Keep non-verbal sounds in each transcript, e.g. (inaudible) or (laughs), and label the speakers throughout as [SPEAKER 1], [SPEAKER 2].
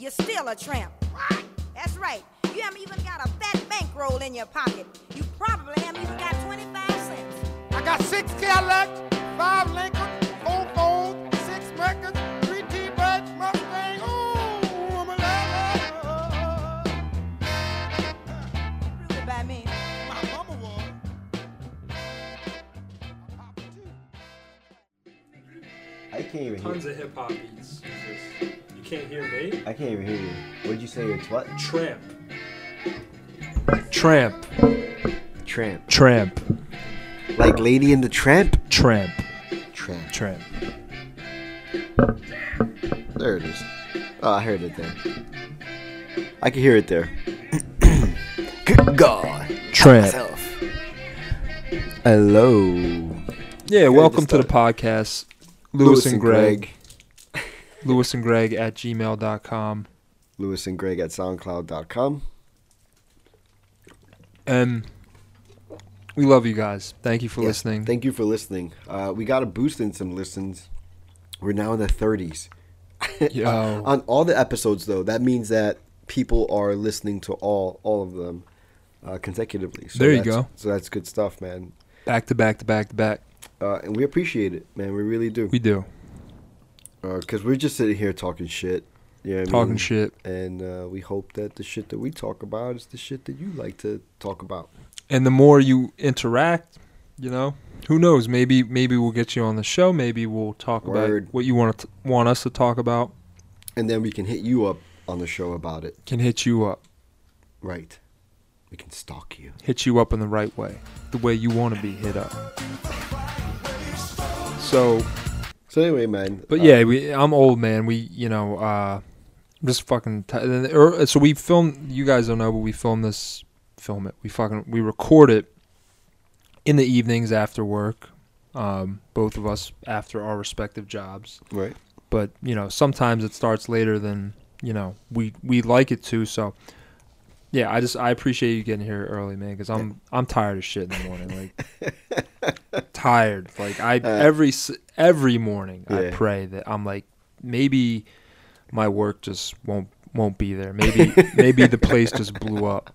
[SPEAKER 1] is still a tramp. That's right. You haven't even got a fat bankroll in your pocket. You probably haven't even got 25 cents.
[SPEAKER 2] I got six Cadillacs, five Lincoln, four Fords, six Mercurs, three T-Birds, Mustang. Ooh, I'm a lover.
[SPEAKER 1] Rude by me.
[SPEAKER 2] My mama was. My papa too.
[SPEAKER 3] I can't even hear.
[SPEAKER 4] Tons of hip hop beats. It's just- You can't hear me?
[SPEAKER 3] I can't even hear you. What'd you say? Your what?
[SPEAKER 4] Tramp. Tramp.
[SPEAKER 3] Tramp.
[SPEAKER 4] Tramp.
[SPEAKER 3] Like Lady in the Tramp.
[SPEAKER 4] Tramp.
[SPEAKER 3] Tramp.
[SPEAKER 4] Tramp.
[SPEAKER 3] There it is. Oh, I heard it there. I can hear it there. (clears throat) Good God.
[SPEAKER 4] Tramp.
[SPEAKER 3] Hello.
[SPEAKER 4] Yeah, welcome to the
[SPEAKER 3] just
[SPEAKER 4] podcast. Lewis, and Greg. Lewis and Greg at gmail.com.
[SPEAKER 3] Lewis and Greg at SoundCloud.com.
[SPEAKER 4] And we love you guys. Thank you for
[SPEAKER 3] Yes,
[SPEAKER 4] listening.
[SPEAKER 3] Thank you for listening. Uh, we got a boost in some listens. We're now in the 30s.
[SPEAKER 4] Yo.
[SPEAKER 3] On all the episodes, though, that means that people are listening to all all of them uh, consecutively. So
[SPEAKER 4] There you
[SPEAKER 3] that's-
[SPEAKER 4] go.
[SPEAKER 3] So that's good stuff, man.
[SPEAKER 4] back to back to back to back.
[SPEAKER 3] Uh, and we appreciate it, man. We really do.
[SPEAKER 4] We do.
[SPEAKER 3] Because we're just sitting here talking shit. You know what I
[SPEAKER 4] Talking
[SPEAKER 3] mean?
[SPEAKER 4] shit.
[SPEAKER 3] And uh, we hope that the shit that we talk about is the shit that you like to talk about.
[SPEAKER 4] And the more you interact, you know, who knows? Maybe maybe we'll get you on the show. Maybe we'll talk
[SPEAKER 3] Word.
[SPEAKER 4] about what you want to want us to talk about.
[SPEAKER 3] And then we can hit you up on the show about it.
[SPEAKER 4] Can hit you up.
[SPEAKER 3] Right. We can stalk you.
[SPEAKER 4] hit you up in the right way, the way you want to be hit up. So,
[SPEAKER 3] So anyway, man.
[SPEAKER 4] but
[SPEAKER 3] uh,
[SPEAKER 4] yeah, we, I'm old man. We, you know, uh, just fucking. T- and then- er, so we filmed. You guys don't know, but we filmed this. Film it. We fucking we record it in the evenings after work. Um, both of us after our respective jobs
[SPEAKER 3] Right.
[SPEAKER 4] but you know sometimes it starts later than you know we we like it to so yeah i just i appreciate you getting here early man because i'm i'm tired of shit in the morning
[SPEAKER 3] (laughs)
[SPEAKER 4] like tired like i every s every morning i
[SPEAKER 3] Uh, Yeah.
[SPEAKER 4] pray that i'm like maybe my work just won't won't be
[SPEAKER 3] (laughs)
[SPEAKER 4] there maybe maybe the place just blew up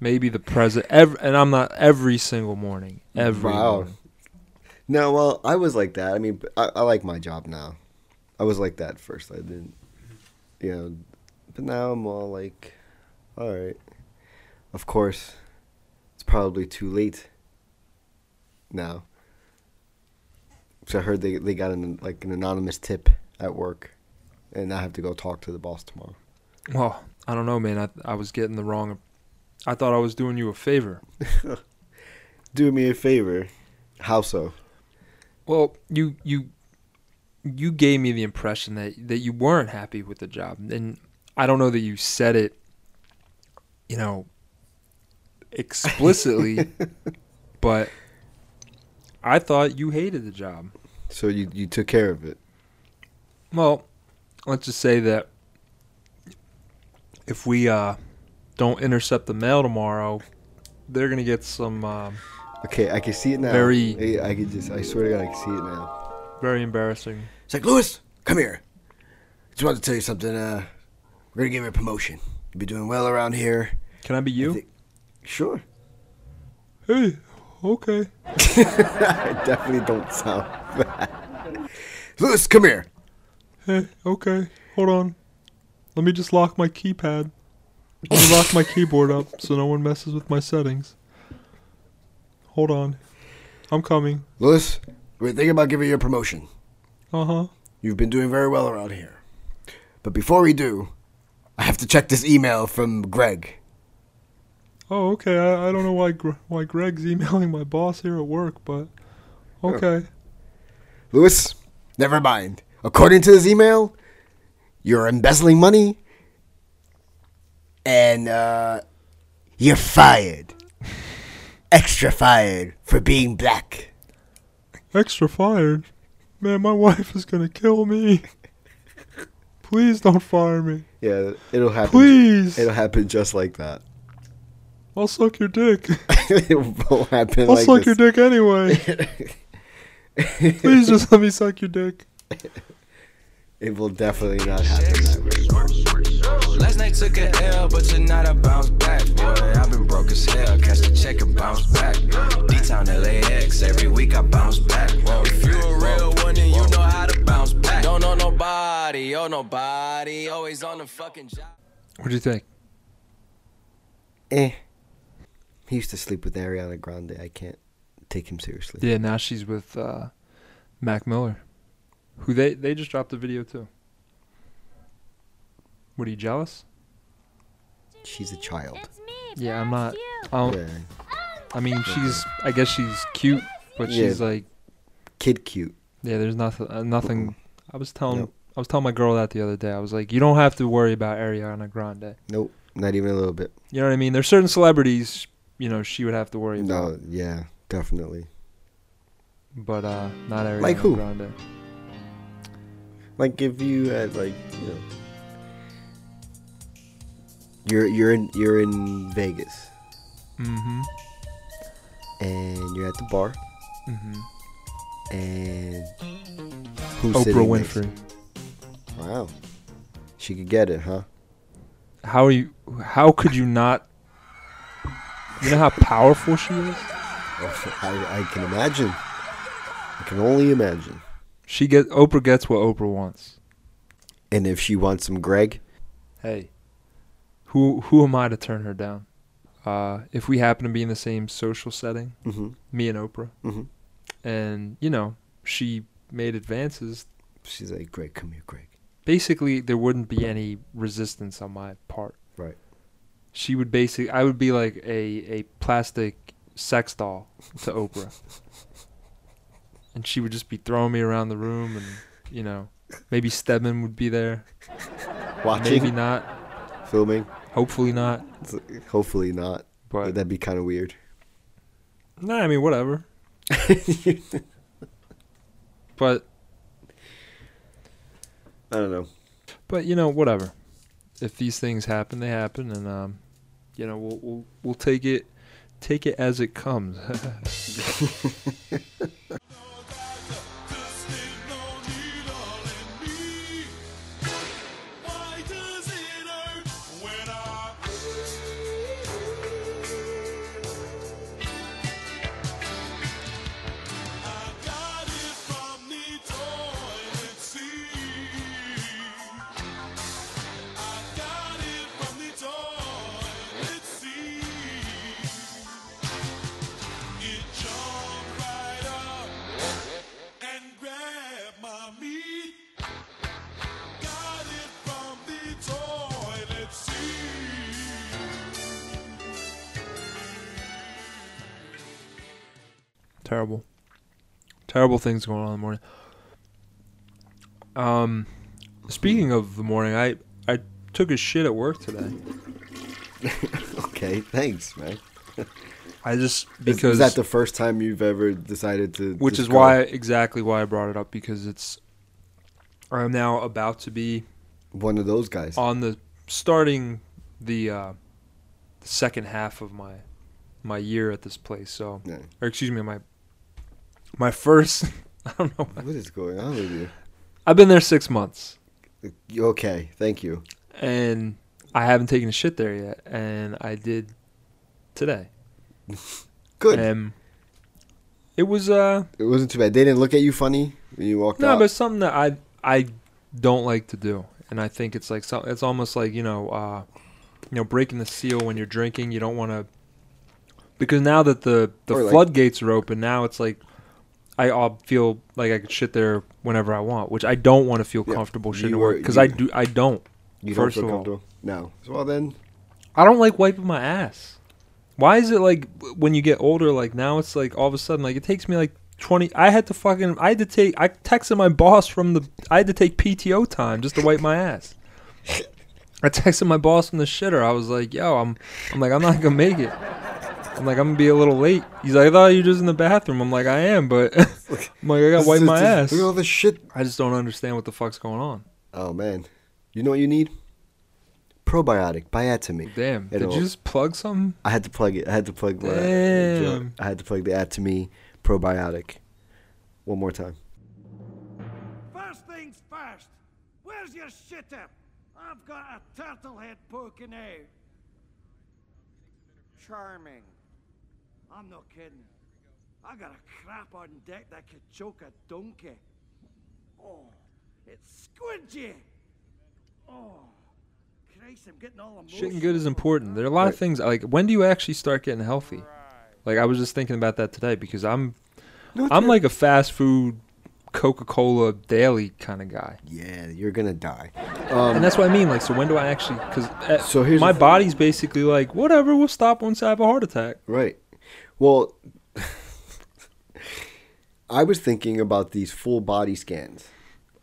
[SPEAKER 4] maybe the president ev and i'm not every single morning every
[SPEAKER 3] Wow.
[SPEAKER 4] morning.
[SPEAKER 3] No, well, I was like that. I mean, I, I like my job now. I was like that at first. I didn't, you know, but now I'm all like, all right. Of course, it's probably too late now. So I heard they they got an like an anonymous tip at work, and I have to go talk to the boss tomorrow.
[SPEAKER 4] well i don't know man i, I was getting the wrong i thought i was doing you a favor
[SPEAKER 3] Do me a favor. How so?
[SPEAKER 4] Well, you you you gave me the impression that that you weren't happy with the job, and I don't know that you said it, you know, explicitly, but I thought you hated the job.
[SPEAKER 3] So you you took care of it.
[SPEAKER 4] Well, let's just say that if we uh, don't intercept the mail tomorrow, they're gonna get some um,
[SPEAKER 3] Okay, I can see it now.
[SPEAKER 4] Very-
[SPEAKER 3] I, I can just. I swear to God, I can see it now.
[SPEAKER 4] very embarrassing.
[SPEAKER 3] It's like, Lewis, come here. Just wanted to tell you something. Uh, we're gonna give you a promotion. You'll be doing well around here.
[SPEAKER 4] Can I be
[SPEAKER 3] I
[SPEAKER 4] you?
[SPEAKER 3] think- sure.
[SPEAKER 4] Hey, okay.
[SPEAKER 3] I definitely don't sound bad. (laughs) Lewis, come here.
[SPEAKER 4] Hey, okay, hold on. Let me just lock my keypad. Let me lock my keyboard up so no one messes with my settings. Hold on. I'm coming.
[SPEAKER 3] Lewis, we're thinking about giving you a promotion.
[SPEAKER 4] Uh huh.
[SPEAKER 3] You've been doing very well around here. But before we do, I have to check this email from Greg.
[SPEAKER 4] Oh, okay. I, I don't know why Gre- why Greg's (laughs) emailing my boss here at work, but
[SPEAKER 3] Oh.
[SPEAKER 4] okay.
[SPEAKER 3] Lewis, never mind. According to this email, you're embezzling money and uh, you're fired. Extra fired for being black.
[SPEAKER 4] Extra fired. Man, my wife is gonna kill me. Please don't fire me.
[SPEAKER 3] Yeah, it'll happen.
[SPEAKER 4] Please.
[SPEAKER 3] It'll happen just like that. (laughs)
[SPEAKER 4] I'll suck your dick.
[SPEAKER 3] it won't happen
[SPEAKER 4] I'll
[SPEAKER 3] like
[SPEAKER 4] suck your
[SPEAKER 3] this. (laughs)
[SPEAKER 4] dick anyway. Please just let me suck your dick.
[SPEAKER 3] It will definitely not happen that way.
[SPEAKER 5] Last night took a L, but tonight I bounce back, boy. I've been broke as hell, cash the check and bounce back. D-Town LAX, every week I bounce back. Whoa, if you a real one, then you know how to bounce back. Don't know nobody, oh nobody, always on the fucking job.
[SPEAKER 4] What do you think?
[SPEAKER 3] Eh. He used to sleep with Ariana Grande. I can't take him seriously.
[SPEAKER 4] Yeah, now she's with uh, Mac Miller, who they they just dropped a video too. What are you jealous?
[SPEAKER 3] She's a child.
[SPEAKER 4] Yeah, I'm not. I, don't,
[SPEAKER 3] Yeah.
[SPEAKER 4] I mean, she's. I guess she's cute, but
[SPEAKER 3] Yeah.
[SPEAKER 4] she's like,
[SPEAKER 3] Kid cute.
[SPEAKER 4] yeah. There's nothing. Uh, nothing. I was telling.
[SPEAKER 3] Nope.
[SPEAKER 4] I was telling my girl that the other day. I was like, you don't have to worry about Ariana Grande.
[SPEAKER 3] Nope. Not even a little bit.
[SPEAKER 4] You know what I mean? There's certain celebrities, you know, she would have to worry about,
[SPEAKER 3] No, yeah, definitely.
[SPEAKER 4] but uh, not Ariana
[SPEAKER 3] Like who?
[SPEAKER 4] Grande.
[SPEAKER 3] Like if you had like, you know You're you're in you're in Vegas
[SPEAKER 4] Mm-hmm.
[SPEAKER 3] and you're at the bar
[SPEAKER 4] Mm-hmm.
[SPEAKER 3] and who's
[SPEAKER 4] Oprah
[SPEAKER 3] sitting next-
[SPEAKER 4] Winfrey.
[SPEAKER 3] Wow. She could get it, huh? (laughs)
[SPEAKER 4] How are you? How could you not? You know how powerful she is.
[SPEAKER 3] I, I can imagine. I can only imagine.
[SPEAKER 4] She get Oprah gets what Oprah wants.
[SPEAKER 3] And if she wants some Greg,
[SPEAKER 4] Hey, who who am I to turn her down? Uh, if we happen to be in the same social setting,
[SPEAKER 3] Mhm.
[SPEAKER 4] me and Oprah,
[SPEAKER 3] Mhm.
[SPEAKER 4] and you know she made advances,
[SPEAKER 3] she's like, Greg, come here, Greg.
[SPEAKER 4] basically there wouldn't be any resistance on my part.
[SPEAKER 3] Right.
[SPEAKER 4] She would basically I would be like a a plastic sex doll to Oprah. and she would just be throwing me around the room and you know, maybe Stedman would be there,
[SPEAKER 3] Watching,
[SPEAKER 4] maybe not,
[SPEAKER 3] filming.
[SPEAKER 4] hopefully not,
[SPEAKER 3] Hopefully not.
[SPEAKER 4] but
[SPEAKER 3] That'd be kind of weird.
[SPEAKER 4] no, I mean whatever. But
[SPEAKER 3] I don't know.
[SPEAKER 4] but you know whatever. If these things happen, they happen and um you know, we'll we'll, we'll take it take it as it comes. (laughs)
[SPEAKER 6] It jumped right up and grabbed my meat. Got it from the toilet seat.
[SPEAKER 4] Terrible. Terrible things going on in the morning. Um, speaking of the morning, I I took a shit at work today.
[SPEAKER 3] Okay, thanks, man.
[SPEAKER 4] I just
[SPEAKER 3] Is-
[SPEAKER 4] because
[SPEAKER 3] is that the first time you've ever decided to?
[SPEAKER 4] which
[SPEAKER 3] just
[SPEAKER 4] is
[SPEAKER 3] go-
[SPEAKER 4] why exactly why I brought it up because it's I'm now about to be
[SPEAKER 3] one of those guys.
[SPEAKER 4] on the starting the uh, the second half of my my year at this place. So
[SPEAKER 3] Yeah.
[SPEAKER 4] or excuse me, my my first (laughs) I don't know.
[SPEAKER 3] What is going on with you?
[SPEAKER 4] I've been there six months.
[SPEAKER 3] You Okay, thank you.
[SPEAKER 4] and I haven't taken a shit there yet, and I did today.
[SPEAKER 3] Good.
[SPEAKER 4] Um, it was uh
[SPEAKER 3] it wasn't too bad. They didn't look at you funny when you walked
[SPEAKER 4] no,
[SPEAKER 3] out.
[SPEAKER 4] but it's something that I I don't like to do, and I think it's like some, it's almost like you know uh you know breaking the seal when you're drinking. You don't want to because now that the the
[SPEAKER 3] Or like-
[SPEAKER 4] floodgates are open, now it's like. I I'll feel like I could shit there whenever I want, which I don't want to feel
[SPEAKER 3] Yeah,
[SPEAKER 4] comfortable
[SPEAKER 3] you
[SPEAKER 4] shitting at
[SPEAKER 3] were-
[SPEAKER 4] work because
[SPEAKER 3] you-
[SPEAKER 4] I do I don't.
[SPEAKER 3] you
[SPEAKER 4] first
[SPEAKER 3] don't
[SPEAKER 4] of
[SPEAKER 3] feel
[SPEAKER 4] all.
[SPEAKER 3] comfortable. No. So, well then,
[SPEAKER 4] I don't like wiping my ass. Why is it like w- when you get older, like now it's like all of a sudden, like it takes me like 20. I had to fucking, I had to take, I texted my boss from the, I had to take PTO time just to wipe my ass. I texted my boss from the shitter. I was like, yo, I'm, I'm like, I'm not gonna make it. I'm like, I'm gonna be a little late. He's like, I thought you were just in the bathroom. I'm like, I am, but (laughs) I'm like, I gotta wipe my ass.
[SPEAKER 3] Look at all this shit.
[SPEAKER 4] I just don't understand what the fuck's going on.
[SPEAKER 3] Oh man, you know what you need? Probiotic, biatomy.
[SPEAKER 4] Damn. Did
[SPEAKER 3] It'll-
[SPEAKER 4] you just plug something?
[SPEAKER 3] I had to plug it. I had to plug my.
[SPEAKER 4] Damn.
[SPEAKER 3] I had to plug the atomy probiotic. One more time.
[SPEAKER 6] First things first. Where's your shit tip?
[SPEAKER 7] I've got a turtle head poking out.
[SPEAKER 2] Charming.
[SPEAKER 7] I'm not kidding. I got a crap on deck that could choke a donkey. Oh, it's squidgy. Oh, Christ, I'm getting all emotional.
[SPEAKER 4] Shitting good is important. There are a lot of things like when do you actually start getting healthy? Like I was just thinking about that today because I'm I'm like a fast food Coca-Cola daily kind of guy.
[SPEAKER 3] Yeah, you're gonna die.
[SPEAKER 4] and that's what I mean like so when do I actually cuz
[SPEAKER 3] So here's
[SPEAKER 4] my
[SPEAKER 3] the thing.
[SPEAKER 4] body's basically like whatever, we'll stop once I have a heart attack.
[SPEAKER 3] Right. Well, (laughs) I was thinking about these full body scans.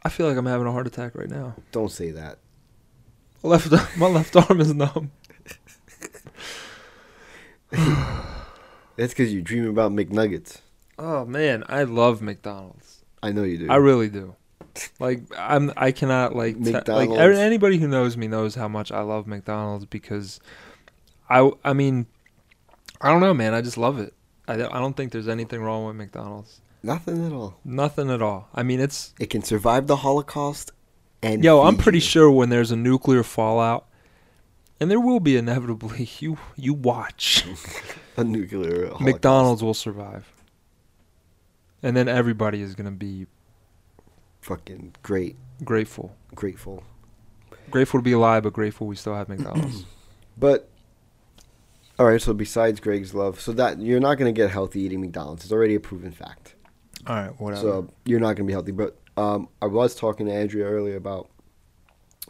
[SPEAKER 4] I feel like I'm having a heart attack right now. (laughs)
[SPEAKER 3] Don't say that.
[SPEAKER 4] My Left my left arm is numb.
[SPEAKER 3] That's because you dream about McNuggets.
[SPEAKER 4] Oh man, I love McDonald's.
[SPEAKER 3] I know you do.
[SPEAKER 4] I really do. Like I'm, I cannot like te- like
[SPEAKER 3] McDonald's.
[SPEAKER 4] every- anybody who knows me knows how much I love McDonald's because I I mean I don't know man I just love it. I don't- I don't think there's anything wrong with McDonald's.
[SPEAKER 3] Nothing at all.
[SPEAKER 4] Nothing at all. I mean it's
[SPEAKER 3] It can survive the Holocaust. And
[SPEAKER 4] yo I'm
[SPEAKER 3] feed
[SPEAKER 4] pretty
[SPEAKER 3] you.
[SPEAKER 4] sure when there's a nuclear fallout and there will be inevitably (laughs) you
[SPEAKER 3] (laughs)
[SPEAKER 4] you watch
[SPEAKER 3] a nuclear Holocaust.
[SPEAKER 4] McDonald's will survive. And then everybody is going to be
[SPEAKER 3] Fucking great,
[SPEAKER 4] grateful.
[SPEAKER 3] grateful.
[SPEAKER 4] Grateful to be alive but grateful
[SPEAKER 3] (clears throat)
[SPEAKER 4] we still have McDonald's.
[SPEAKER 3] But all right. So besides Greg's love, so that you're not gonna get healthy eating McDonald's. It's already a proven fact.
[SPEAKER 4] all right, whatever.
[SPEAKER 3] So you're not going to be healthy. But um, I was talking to Andrea earlier about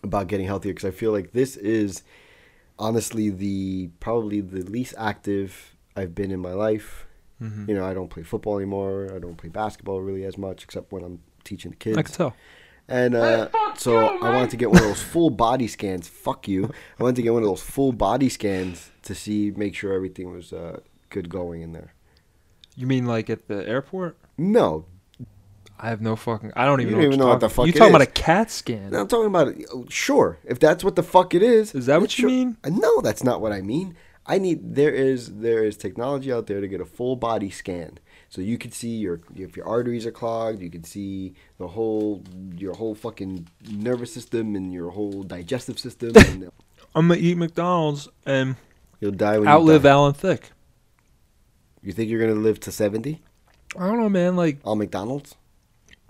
[SPEAKER 3] about getting healthier because I feel like this is honestly the probably the least active I've been in my life.
[SPEAKER 4] Mm-hmm.
[SPEAKER 3] You know, I don't play football anymore. I don't play basketball really as much, except when I'm teaching the kids.
[SPEAKER 4] I could tell.
[SPEAKER 3] And uh, so I wanted to get one of those full body scans. Fuck you. I wanted to get one of those full body scans to see, make sure everything was uh, good going in there.
[SPEAKER 4] You mean like at the airport?
[SPEAKER 3] No,
[SPEAKER 4] I have no fucking. I don't even
[SPEAKER 3] You
[SPEAKER 4] know,
[SPEAKER 3] don't even know what the fuck
[SPEAKER 4] You
[SPEAKER 3] it
[SPEAKER 4] talking about
[SPEAKER 3] is.
[SPEAKER 4] a CAT scan?
[SPEAKER 3] I'm talking about it. Oh, Sure, if that's what the fuck it is.
[SPEAKER 4] Is that what you
[SPEAKER 3] sure-
[SPEAKER 4] mean?
[SPEAKER 3] Uh, No, that's not what I mean. I need there is there is technology out there to get a full body scan, so you can see your if your arteries are clogged, you can see the whole your whole fucking nervous system and your whole digestive system.
[SPEAKER 4] (laughs)
[SPEAKER 3] and
[SPEAKER 4] I'm gonna eat McDonald's and
[SPEAKER 3] you'll die when
[SPEAKER 4] outlive
[SPEAKER 3] you die.
[SPEAKER 4] Alan Thick.
[SPEAKER 3] You think you're gonna live to seventy
[SPEAKER 4] I don't know, man. Like
[SPEAKER 3] on McDonald's?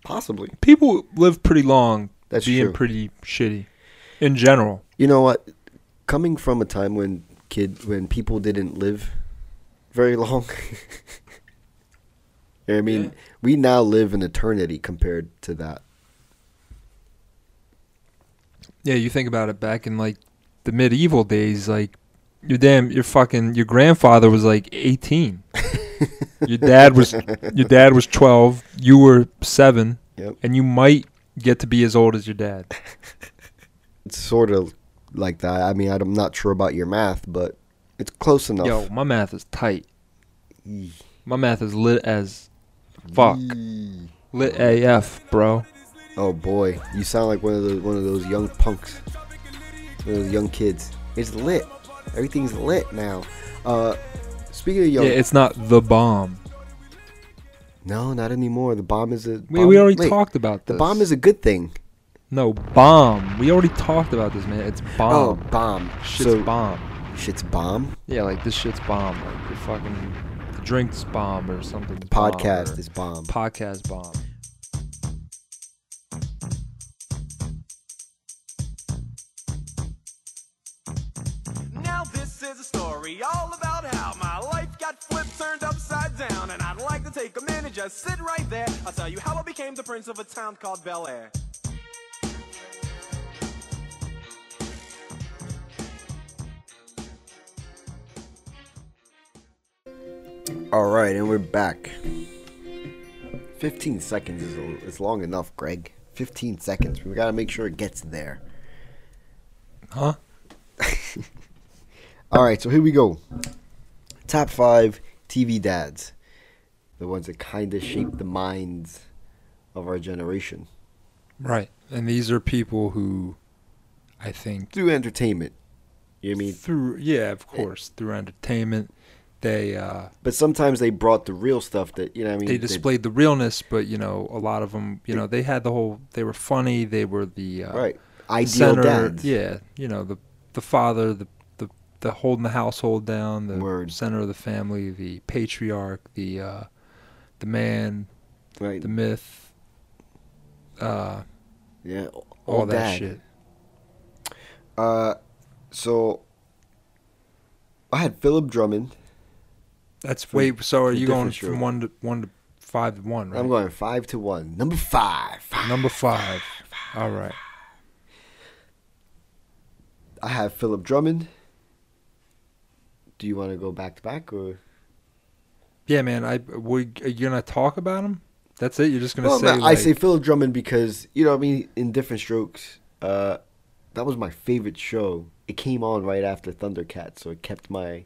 [SPEAKER 3] Possibly.
[SPEAKER 4] people live pretty long,
[SPEAKER 3] That's
[SPEAKER 4] being
[SPEAKER 3] true.
[SPEAKER 4] pretty shitty, in general.
[SPEAKER 3] You know what? Coming from a time when kid when people didn't live very long. (laughs) I mean,
[SPEAKER 4] Yeah.
[SPEAKER 3] we now live an eternity compared to that.
[SPEAKER 4] Yeah, you think about it. Back in like the medieval days, like your damn, your fucking, your grandfather was like
[SPEAKER 3] (laughs)
[SPEAKER 4] 18. your dad was, your dad was 12. You were seven,
[SPEAKER 3] Yep.
[SPEAKER 4] and you might get to be as old as
[SPEAKER 3] (laughs)
[SPEAKER 4] your dad.
[SPEAKER 3] It's sort of like that. I mean, I'm not sure about your math, but it's close enough.
[SPEAKER 4] Yo, my math is tight.
[SPEAKER 3] Yee.
[SPEAKER 4] My math is lit as fuck.
[SPEAKER 3] Yee.
[SPEAKER 4] Lit AF, bro.
[SPEAKER 3] Oh boy, you sound like one of those one of those young punks, one of those young kids. It's lit. Everything's lit now. Uh, speaking of
[SPEAKER 4] Yeah,
[SPEAKER 3] young,
[SPEAKER 4] it's not the bomb.
[SPEAKER 3] no, not anymore. The bomb is a.
[SPEAKER 4] We, we
[SPEAKER 3] bomb-
[SPEAKER 4] already
[SPEAKER 3] wait.
[SPEAKER 4] talked about
[SPEAKER 3] The
[SPEAKER 4] this.
[SPEAKER 3] bomb is a good thing.
[SPEAKER 4] no bomb. We already talked about this, man. It's
[SPEAKER 3] Oh,
[SPEAKER 4] bomb.
[SPEAKER 3] bomb.
[SPEAKER 4] Shit's
[SPEAKER 3] so,
[SPEAKER 4] bomb.
[SPEAKER 3] Shit's bomb.
[SPEAKER 4] Yeah, like this shit's bomb. Like the fucking the drinks bomb or something. The
[SPEAKER 3] Podcast is bomb.
[SPEAKER 4] podcast bomb.
[SPEAKER 5] Now this is a story all about how my life got flipped, turned upside down, and I'd like to take a minute, just sit right there. I'll tell you how I became the prince of a town called Bel Air.
[SPEAKER 3] All right, and we're back. 15 seconds is, a, is long enough, Greg. 15 seconds. We got to make sure it gets there.
[SPEAKER 4] Huh?
[SPEAKER 3] (laughs) All right, so here we go. Top five TV dads. The ones that kind of shape the minds of our generation
[SPEAKER 4] Right. And these are people who, I think,
[SPEAKER 3] through entertainment. You know what I mean?
[SPEAKER 4] through yeah, of course, through entertainment, they uh,
[SPEAKER 3] But sometimes they brought the real stuff that, you know what I mean?
[SPEAKER 4] they displayed the realness, but you know, a lot of them, you know, they had the whole. They were funny. They were the uh,
[SPEAKER 3] Right. ideal
[SPEAKER 4] center.
[SPEAKER 3] dad.
[SPEAKER 4] Yeah, you know the the father, the the the holding the household down, the
[SPEAKER 3] Word.
[SPEAKER 4] center of the family, the patriarch, the uh, the man,
[SPEAKER 3] Right.
[SPEAKER 4] the myth, uh,
[SPEAKER 3] yeah.
[SPEAKER 4] all that
[SPEAKER 3] dad.
[SPEAKER 4] shit.
[SPEAKER 3] Uh, so I had Philip Drummond.
[SPEAKER 4] That's wait. So are
[SPEAKER 3] for
[SPEAKER 4] you going
[SPEAKER 3] different show.
[SPEAKER 4] from one to one to five to one? Right.
[SPEAKER 3] I'm going five to one. Number five.
[SPEAKER 4] Number five. All right.
[SPEAKER 3] I have Philip Drummond. Do you want to go back to back or?
[SPEAKER 4] Yeah, man. I we are you gonna talk about him? That's it. You're just gonna
[SPEAKER 3] Well,
[SPEAKER 4] say.
[SPEAKER 3] no, I
[SPEAKER 4] like-
[SPEAKER 3] say Philip Drummond because you know, what I mean, in different strokes, uh, that was my favorite show. It came on right after Thundercats, so it kept my.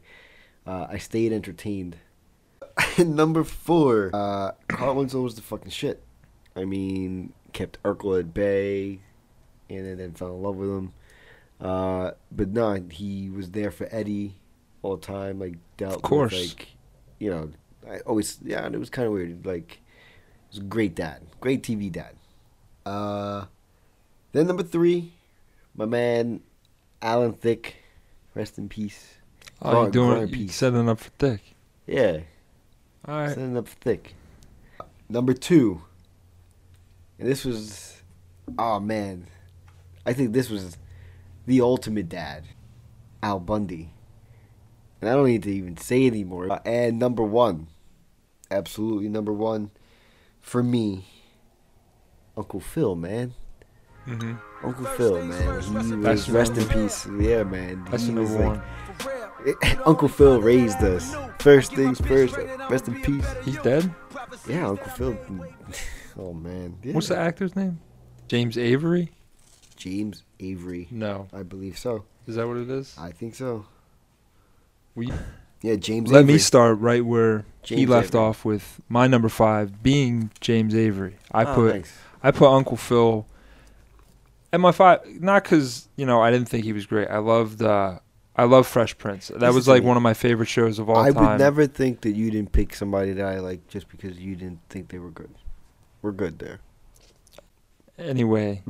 [SPEAKER 3] Uh, I stayed entertained. (laughs) Number four, uh, Carl Winslow was the fucking shit. I mean, kept Urkel at bay, and then- then fell in love with him. Uh, but no, he was there for Eddie all the time. Like dealt
[SPEAKER 4] course.
[SPEAKER 3] with like, you know, I always yeah, and it was kind of weird. Like, it was a great dad, great TV dad. Uh, then number three, my man, Alan Thick, rest in peace.
[SPEAKER 4] Oh,
[SPEAKER 3] Gar-
[SPEAKER 4] you doing?
[SPEAKER 3] Gar-
[SPEAKER 4] You
[SPEAKER 3] peace.
[SPEAKER 4] setting up for thick.
[SPEAKER 3] Yeah,
[SPEAKER 4] All right.
[SPEAKER 3] Setting up thick. Number two. And this was, oh man, I think this was the ultimate dad, Al Bundy. And I don't need to even say anymore. Uh, and number one, absolutely number one, for me, Uncle Phil, man.
[SPEAKER 4] Mhm.
[SPEAKER 3] Uncle Phil, man. He
[SPEAKER 4] That's
[SPEAKER 3] was rest in
[SPEAKER 4] number-
[SPEAKER 3] peace. Yeah, man.
[SPEAKER 4] That's
[SPEAKER 3] he
[SPEAKER 4] number
[SPEAKER 3] was
[SPEAKER 4] one.
[SPEAKER 3] like, (laughs) Uncle Phil raised us. First things first. Rest in peace.
[SPEAKER 4] He's dead.
[SPEAKER 3] Yeah, Uncle Phil. (laughs) Oh man. Yeah.
[SPEAKER 4] What's the actor's name? James Avery?
[SPEAKER 3] James Avery.
[SPEAKER 4] No.
[SPEAKER 3] I believe so.
[SPEAKER 4] Is that what it is?
[SPEAKER 3] I think so.
[SPEAKER 4] We-
[SPEAKER 3] Yeah, James.
[SPEAKER 4] Let
[SPEAKER 3] Avery.
[SPEAKER 4] me start right where he
[SPEAKER 3] James
[SPEAKER 4] left
[SPEAKER 3] Avery.
[SPEAKER 4] off with my number five being James Avery. I
[SPEAKER 3] Oh,
[SPEAKER 4] put
[SPEAKER 3] thanks.
[SPEAKER 4] I put Uncle Phil at my five, not because you know I didn't think he was great. I loved uh, I love Fresh Prince. That
[SPEAKER 3] Listen
[SPEAKER 4] was
[SPEAKER 3] to
[SPEAKER 4] like
[SPEAKER 3] me.
[SPEAKER 4] one of my favorite shows of all
[SPEAKER 3] I
[SPEAKER 4] time.
[SPEAKER 3] would never think that you didn't pick somebody that I like just because you didn't think they were good. We're good there. (laughs)
[SPEAKER 4] Anyway,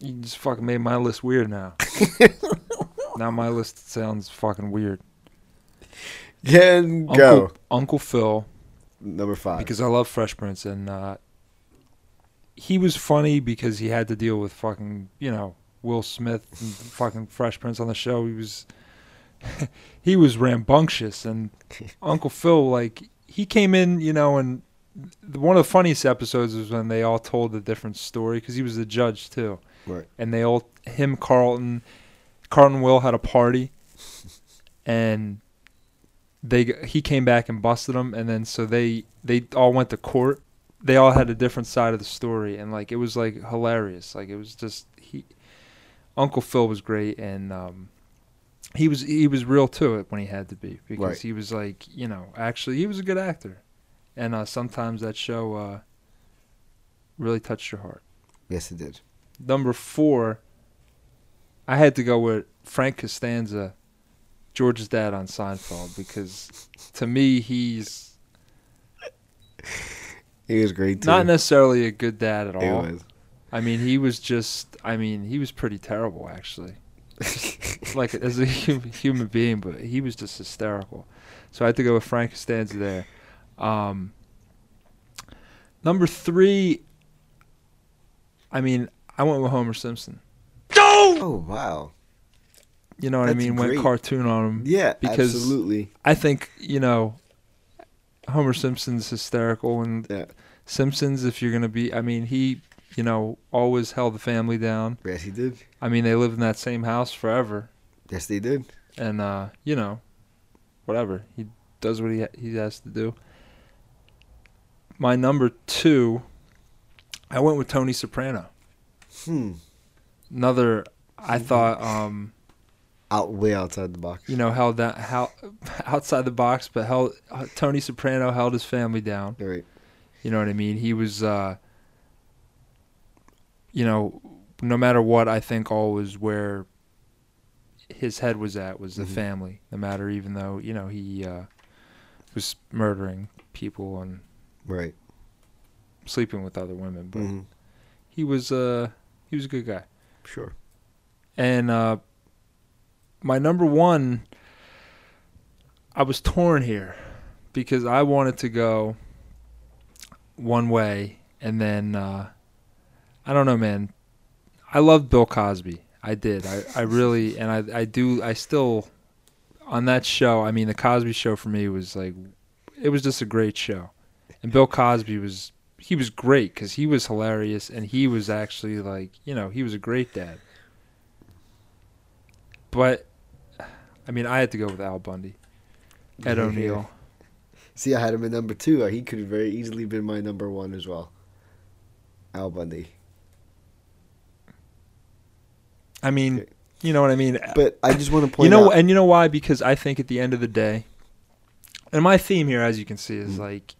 [SPEAKER 4] you just fucking made my list
[SPEAKER 3] (laughs)
[SPEAKER 4] weird now. now my list sounds fucking weird.
[SPEAKER 3] Jen,
[SPEAKER 4] Uncle, Uncle Phil,
[SPEAKER 3] Number five.
[SPEAKER 4] because I love Fresh Prince, and uh, he was funny because he had to deal with fucking you know Will Smith and fucking Fresh Prince on the show. He was (laughs) he was rambunctious, and Uncle Phil like he came in you know and the, one of the funniest episodes was when they all told a different story because he was the judge too,
[SPEAKER 3] Right.
[SPEAKER 4] and they all him Carlton Carlton Will had a party, and they g- he came back and busted him, and then so they they all went to court. They all had a different side of the story, and like it was like hilarious. Like it was just he, Uncle Phil was great, and um, he was he was real to it when he had to be because
[SPEAKER 3] Right.
[SPEAKER 4] he was like you know actually he was a good actor, and uh, sometimes that show uh, really touched your heart.
[SPEAKER 3] Yes, it did.
[SPEAKER 4] Number four, I had to go with Frank Costanza, George's dad on Seinfeld, because to me he's
[SPEAKER 3] He was great too.
[SPEAKER 4] not necessarily a good dad at
[SPEAKER 3] He
[SPEAKER 4] all.
[SPEAKER 3] was.
[SPEAKER 4] I mean, he was just, I mean, he was pretty terrible actually, like as a hum- human being, but he was just hysterical. So I had to go with Frank Costanza there. Um, number three, I mean, I went with Homer Simpson.
[SPEAKER 3] Oh wow.
[SPEAKER 4] You know what I
[SPEAKER 3] That's
[SPEAKER 4] mean?
[SPEAKER 3] great.
[SPEAKER 4] Went cartoon on him.
[SPEAKER 3] Yeah.
[SPEAKER 4] Because-
[SPEAKER 3] absolutely.
[SPEAKER 4] I think you know Homer Simpson's hysterical, and
[SPEAKER 3] Yeah.
[SPEAKER 4] Simpsons. If you're gonna be, I mean, he you know always held the family down.
[SPEAKER 3] Yes, he did.
[SPEAKER 4] I mean, they lived in that same house forever,
[SPEAKER 3] Yes, they did.
[SPEAKER 4] and uh, you know, whatever he does, what he ha- he has to do. My number two, I went with Tony Soprano.
[SPEAKER 3] Hmm.
[SPEAKER 4] Another, I thought. um
[SPEAKER 3] Out way outside the box.
[SPEAKER 4] you know, held that how (laughs) outside the box, but held Tony Soprano held his family down.
[SPEAKER 3] All right.
[SPEAKER 4] You know what I mean? He was, uh, you know, no matter what, I think always where his head was at was the
[SPEAKER 3] Mhm.
[SPEAKER 4] family. No matter, even though you know he uh, was murdering people and
[SPEAKER 3] Right.
[SPEAKER 4] sleeping with other women, but
[SPEAKER 3] Mhm.
[SPEAKER 4] he was, uh, He was a good guy.
[SPEAKER 3] Sure.
[SPEAKER 4] And uh, my number one, I was torn here because I wanted to go one way, and then uh, I don't know, man. I loved Bill Cosby. I did. I, I really, and I, I do. I still on that show. I mean, the Cosby Show for me was like, it was just a great show, and Bill Cosby was he was great because he was hilarious and he was actually like you know he was a great dad but I mean, I had to go with Al Bundy, Ed
[SPEAKER 3] Yeah.
[SPEAKER 4] O'Neill.
[SPEAKER 3] See, I had him at number two. He could have very easily been my number one as well. Al Bundy.
[SPEAKER 4] I mean, you know what I mean.
[SPEAKER 3] But I just want to point
[SPEAKER 4] you know,
[SPEAKER 3] out.
[SPEAKER 4] and you know why? Because I think at the end of the day, and my theme here, as you can see,
[SPEAKER 3] Mm.
[SPEAKER 4] is like,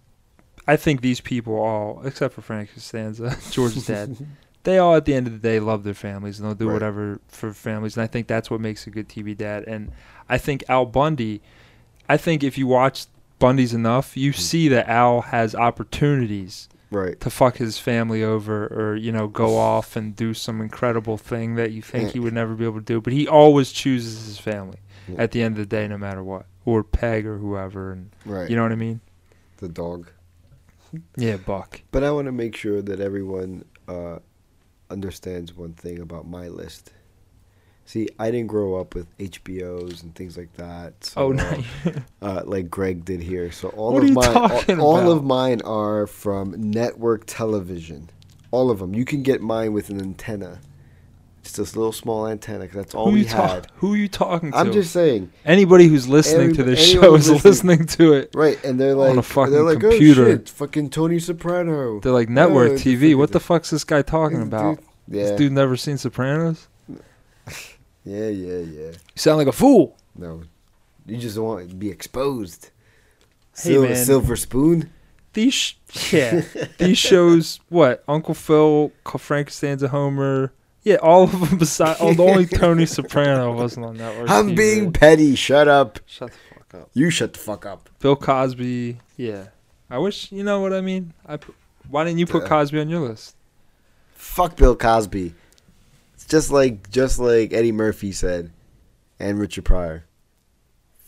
[SPEAKER 4] I think these people all, except for Frank Costanza, (laughs)
[SPEAKER 3] (laughs)
[SPEAKER 4] George's dad, they all at the end of the day love their families and they'll do
[SPEAKER 3] Right.
[SPEAKER 4] whatever for families. And I think that's what makes a good TV dad. And I think Al Bundy, I think if you watch Bundy's enough,
[SPEAKER 3] Mm.
[SPEAKER 4] you see that Al has opportunities
[SPEAKER 3] right.
[SPEAKER 4] to fuck his family over or you know go off and do some incredible thing that you think he would never be able to do but he always chooses his family at the end of the day no matter what or peg or whoever and
[SPEAKER 3] Right.
[SPEAKER 4] you know what i mean
[SPEAKER 3] the dog.
[SPEAKER 4] yeah buck
[SPEAKER 3] But I want to make sure that everyone uh, understands one thing about my list. See, I didn't grow up with HBOs and things like that. So,
[SPEAKER 4] oh nice
[SPEAKER 3] (laughs) uh, like Greg did here. So all
[SPEAKER 4] What
[SPEAKER 3] of
[SPEAKER 4] are you
[SPEAKER 3] mine,
[SPEAKER 4] talking
[SPEAKER 3] all, all of
[SPEAKER 4] about?
[SPEAKER 3] mine are from network television. All of them. You can get mine with an antenna. It's this little small antenna. 'cause that's all
[SPEAKER 4] who,
[SPEAKER 3] we
[SPEAKER 4] you
[SPEAKER 3] had.
[SPEAKER 4] talk, who are you talking to
[SPEAKER 3] I'm just saying,
[SPEAKER 4] anybody who's listening to
[SPEAKER 3] Everyb-
[SPEAKER 4] this show
[SPEAKER 3] anyone
[SPEAKER 4] is
[SPEAKER 3] listening-
[SPEAKER 4] listening to it
[SPEAKER 3] right? And they're
[SPEAKER 4] On a
[SPEAKER 3] like,
[SPEAKER 4] fucking
[SPEAKER 3] they're like,
[SPEAKER 4] computer.
[SPEAKER 3] oh shit, fucking Tony Soprano.
[SPEAKER 4] they're like
[SPEAKER 3] Oh,
[SPEAKER 4] network
[SPEAKER 3] it's
[SPEAKER 4] tv
[SPEAKER 3] fucking-
[SPEAKER 4] what the fuck's this guy talking
[SPEAKER 3] Dude,
[SPEAKER 4] about
[SPEAKER 3] yeah.
[SPEAKER 4] this dude never seen sopranos
[SPEAKER 3] Yeah, yeah, yeah.
[SPEAKER 4] you sound like a fool
[SPEAKER 3] No, you just don't want to be exposed.
[SPEAKER 4] Hey,
[SPEAKER 3] Sil-
[SPEAKER 4] man.
[SPEAKER 3] Silver spoon.
[SPEAKER 4] these sh-
[SPEAKER 3] (laughs)
[SPEAKER 4] yeah these shows what Uncle Phil, Ca- Frank Costanza, Homer, yeah, all of them beside all
[SPEAKER 3] (laughs)
[SPEAKER 4] the only Tony Soprano wasn't on that.
[SPEAKER 3] I'm being petty. Shut up.
[SPEAKER 4] shut the fuck up.
[SPEAKER 3] You shut the fuck up.
[SPEAKER 4] Bill Cosby, yeah. I wish you know what I mean. I pu- why didn't you put
[SPEAKER 3] Yeah.
[SPEAKER 4] Cosby on your list?
[SPEAKER 3] Fuck Bill Cosby. It's just like just like Eddie Murphy said, and Richard Pryor.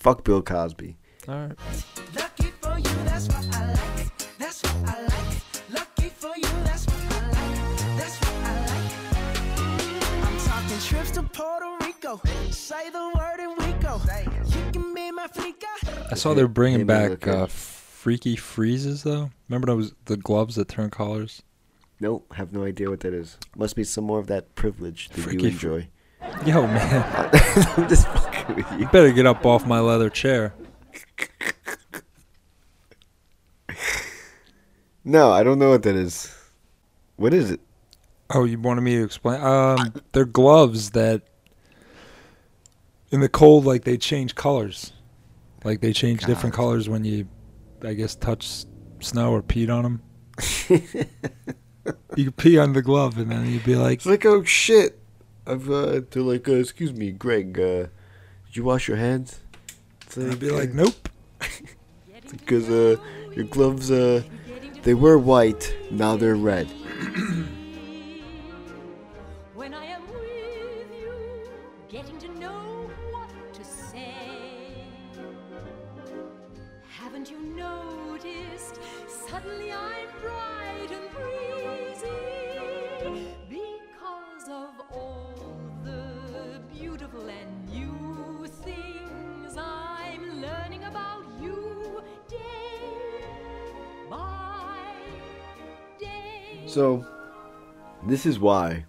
[SPEAKER 3] Fuck Bill Cosby.
[SPEAKER 4] All right,
[SPEAKER 8] Lucky for you, that's what I like. it. That's what I like. it. Lucky for you, that's what I like. it. That's what I like. it. I'm talking trips to Puerto Rico. Say the word and we go. You can be my flica.
[SPEAKER 4] I saw they're bringing
[SPEAKER 3] Maybe
[SPEAKER 4] back
[SPEAKER 3] okay.
[SPEAKER 4] uh, Freaky Freezes though. Remember those the gloves that turn colors? (laughs)
[SPEAKER 3] Nope, have no idea what that is. Must be some more of that privilege that
[SPEAKER 4] Freaky
[SPEAKER 3] you
[SPEAKER 4] fr-
[SPEAKER 3] enjoy.
[SPEAKER 4] Yo man,
[SPEAKER 3] (laughs) I'm just fucking with you.
[SPEAKER 4] you better get up off my leather chair.
[SPEAKER 3] No, I don't know what that is. What is it?
[SPEAKER 4] Oh, you wanted me to explain? Um, they're gloves that in the cold, like they change colors, like they change different colors when you, I guess, touch s- snow or peed on
[SPEAKER 3] (laughs)
[SPEAKER 4] them. you could pee on the glove, and then you'd be like,
[SPEAKER 3] It's like, oh shit. I've uh, they're like, uh, excuse me, Greg. Uh, did you wash your hands? It's
[SPEAKER 4] and
[SPEAKER 3] like,
[SPEAKER 4] I'd be like,
[SPEAKER 3] uh,
[SPEAKER 4] nope.
[SPEAKER 3] because uh, your gloves uh, they were white, now they're red.
[SPEAKER 9] When I am with you, getting to know what to say. Haven't you noticed? Suddenly I'm bright and breezy because of all the beautiful and new things I'm learning about you day by day.
[SPEAKER 3] So, this is why.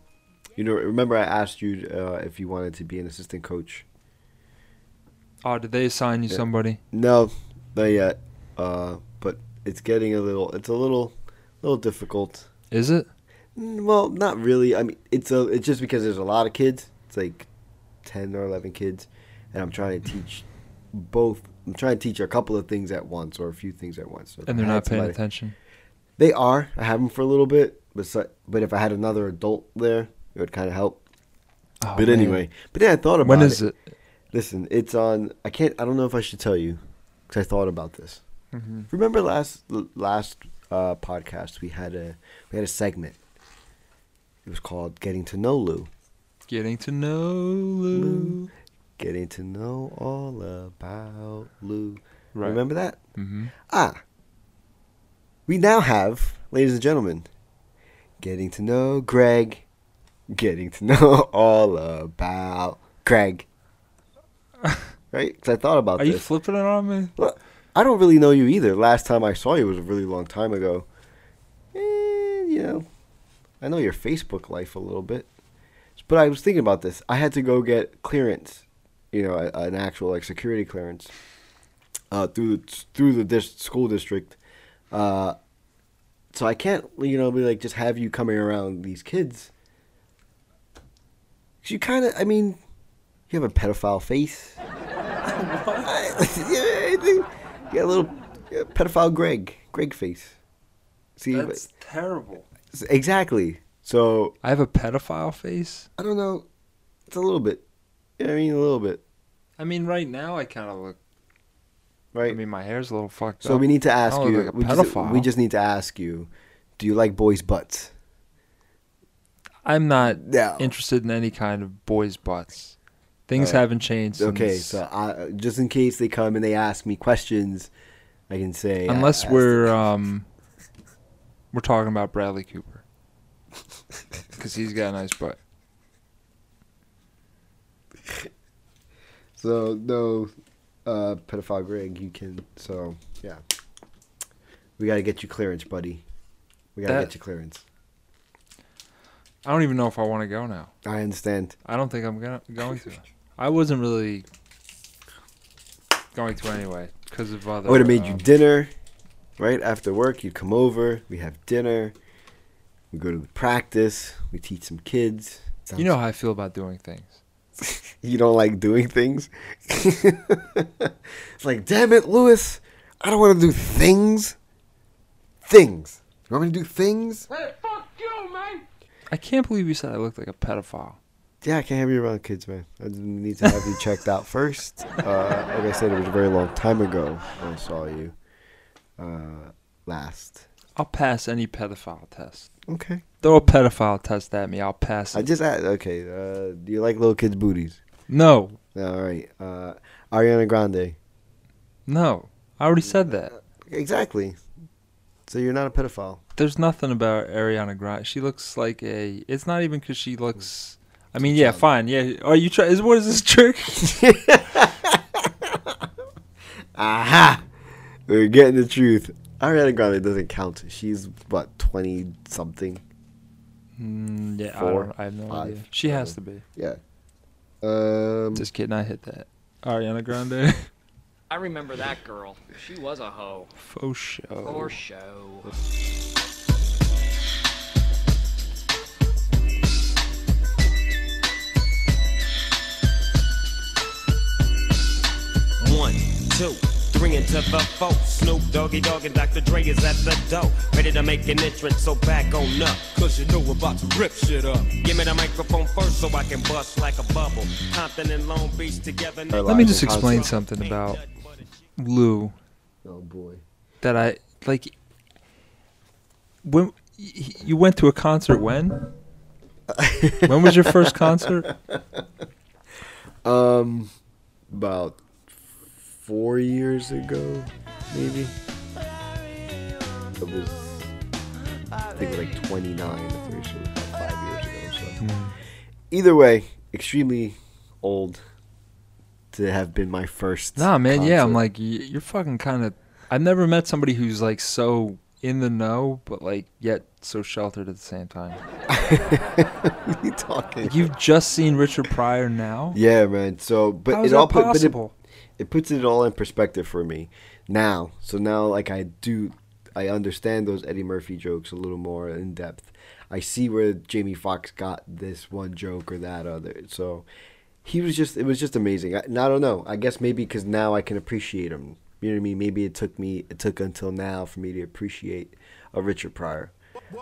[SPEAKER 3] You know, remember I asked you uh, if you wanted to be an assistant coach.
[SPEAKER 4] Oh, did they assign you somebody?
[SPEAKER 3] No, not yet. Uh, but it's getting a little. It's a little, little difficult.
[SPEAKER 4] Is it?
[SPEAKER 3] Mm, Well, not really. I mean, it's a. It's just because there's a lot of kids. It's like ten or eleven kids, and I'm trying to teach both. I'm trying to teach a couple of things at once or a few things at once. So if
[SPEAKER 4] And
[SPEAKER 3] I
[SPEAKER 4] they're
[SPEAKER 3] had
[SPEAKER 4] not paying
[SPEAKER 3] somebody-
[SPEAKER 4] attention.
[SPEAKER 3] They are. I have them for a little bit, but so, but if I had another adult there, it would kind of help.
[SPEAKER 4] Oh,
[SPEAKER 3] but
[SPEAKER 4] man.
[SPEAKER 3] anyway, but then I thought about
[SPEAKER 4] when is
[SPEAKER 3] it.
[SPEAKER 4] it?
[SPEAKER 3] Listen, it's on. I can't. I don't know if I should tell you because I thought about this.
[SPEAKER 4] Mm-hmm.
[SPEAKER 3] Remember last l- last uh, podcast we had a we had a segment. It was called Getting to Know Lou.
[SPEAKER 4] Getting to know Lou.
[SPEAKER 3] Getting to know all about Lou.
[SPEAKER 4] Right.
[SPEAKER 3] Remember that?
[SPEAKER 4] Mm-hmm.
[SPEAKER 3] Ah. We now have, ladies and gentlemen, Getting to Know Greg. Getting to (laughs) know all about
[SPEAKER 4] (laughs)
[SPEAKER 3] Greg. right? Because I thought about
[SPEAKER 4] Are
[SPEAKER 3] this.
[SPEAKER 4] you flipping it on me?
[SPEAKER 3] Look, I don't really know you either. Last time I saw you was a really long time ago. And, you know, I know your Facebook life a little bit. But I was thinking about this. I had to go get clearance, you know, a- an actual like security clearance uh, through through the dis- school district. Uh, so I can't, you know, be like just have you coming around these kids. 'Cause you kind of, I mean, you have a pedophile face. yeah, I think- you got a little yeah, pedophile Greg, Greg face. See, but-
[SPEAKER 4] terrible.
[SPEAKER 3] exactly. So
[SPEAKER 4] I have a pedophile face.
[SPEAKER 3] I don't know. It's a little bit. Yeah, I mean a little bit,
[SPEAKER 4] I mean, right now I kind of look.
[SPEAKER 3] right?
[SPEAKER 4] I mean, my hair's a little fucked up.
[SPEAKER 3] so we need to ask
[SPEAKER 4] I don't
[SPEAKER 3] you.
[SPEAKER 4] look like a
[SPEAKER 3] we, just,
[SPEAKER 4] pedophile.
[SPEAKER 3] we just need to ask you. Do you like boys' butts?
[SPEAKER 4] I'm not
[SPEAKER 3] No.
[SPEAKER 4] interested in any kind of boys' butts. Things haven't changed. Since,
[SPEAKER 3] Okay, so I, just in case they come and they ask me questions, I can say uh, I
[SPEAKER 4] unless
[SPEAKER 3] asked-
[SPEAKER 4] we're um, we're talking about
[SPEAKER 3] (laughs)
[SPEAKER 4] Bradley Cooper, because he's got a nice butt.
[SPEAKER 3] so no uh, pedophile Greg. You can so yeah. We gotta get you clearance, buddy. We gotta
[SPEAKER 4] That-
[SPEAKER 3] get you clearance.
[SPEAKER 4] I don't even know if I want to go now.
[SPEAKER 3] I understand.
[SPEAKER 4] I don't think I'm gonna going to. I wasn't really going to anyway because of other.
[SPEAKER 3] I would have made you
[SPEAKER 4] um,
[SPEAKER 3] dinner, right after work. You'd come over. We have dinner. We go to the practice. We teach some kids.
[SPEAKER 4] You know how I feel about doing things.
[SPEAKER 3] you don't like doing things. (laughs) it's like, damn it, Lewis, I don't want to do things. Things. You want me to do things?
[SPEAKER 4] I can't believe you said I looked like a pedophile.
[SPEAKER 3] Yeah, I can't have you around kids, man. I just need to have you checked out first. Uh, like I said, it was a very long time ago when I saw you uh, last.
[SPEAKER 4] I'll pass any pedophile test.
[SPEAKER 3] Okay.
[SPEAKER 4] Throw a pedophile test at me. I'll pass
[SPEAKER 3] I
[SPEAKER 4] it.
[SPEAKER 3] just asked, okay, uh, do you like little kids' booties?
[SPEAKER 4] No,
[SPEAKER 3] All right. Uh, Ariana Grande.
[SPEAKER 4] no. I already said that.
[SPEAKER 3] Exactly. So you're not a pedophile.
[SPEAKER 4] There's nothing about Ariana Grande. She looks like a. It's not even because she looks. I mean, yeah, fine, yeah. Are you try? Is what is this
[SPEAKER 3] (laughs)
[SPEAKER 4] trick?
[SPEAKER 3] Aha! We're getting the truth. Ariana Grande doesn't count. She's what twenty something.
[SPEAKER 4] Mm, yeah, I,
[SPEAKER 3] Four,
[SPEAKER 4] don't, I have no
[SPEAKER 3] five,
[SPEAKER 4] idea. She has to be.
[SPEAKER 3] Yeah. Um.
[SPEAKER 4] Just kidding. I hit that. Ariana Grande.
[SPEAKER 10] (laughs) I remember that girl. She was a hoe.
[SPEAKER 4] Faux show.
[SPEAKER 10] For show.
[SPEAKER 11] One, two, three into the four. Snoop Doggy Dogg and Dr. Dre is at the door. Ready to make an entrance, so back on up.
[SPEAKER 6] Cause you know we're about to rip shit up.
[SPEAKER 11] Give me the microphone first so I can bust like a bubble. Compton and Long Beach together.
[SPEAKER 3] Let
[SPEAKER 4] Let me just explain
[SPEAKER 3] Concept.
[SPEAKER 4] something about Lou
[SPEAKER 3] Oh boy.
[SPEAKER 4] that I like. When y- you went to a
[SPEAKER 3] (laughs)
[SPEAKER 4] concert, when? when was your first concert?
[SPEAKER 3] Um. About four years ago, maybe. It was. I think like twenty nine. I'm pretty sure. it was about Five years ago. So.
[SPEAKER 4] Hmm.
[SPEAKER 3] Either way, extremely old to have been my first.
[SPEAKER 4] Nah, man. Yeah,
[SPEAKER 3] concert.
[SPEAKER 4] I'm like y- you're fucking kind of. I've never met somebody who's like so in the know, but like yet so sheltered at the same time.
[SPEAKER 3] What are (laughs) you talking?
[SPEAKER 4] Like you've just seen Richard Pryor now.
[SPEAKER 3] Yeah, man. So, but
[SPEAKER 4] How
[SPEAKER 3] it
[SPEAKER 4] is
[SPEAKER 3] all
[SPEAKER 4] that
[SPEAKER 3] put, but it,
[SPEAKER 4] possible?
[SPEAKER 3] it puts it all in perspective for me now. So now, like I do, I understand those Eddie Murphy jokes a little more in depth. I see where Jamie Foxx got this one joke or that other. So he was just, it was just amazing. I, and I don't know. I guess maybe because now I can appreciate him. You know what I mean? Maybe it took me, it took until now for me to appreciate a Richard Pryor.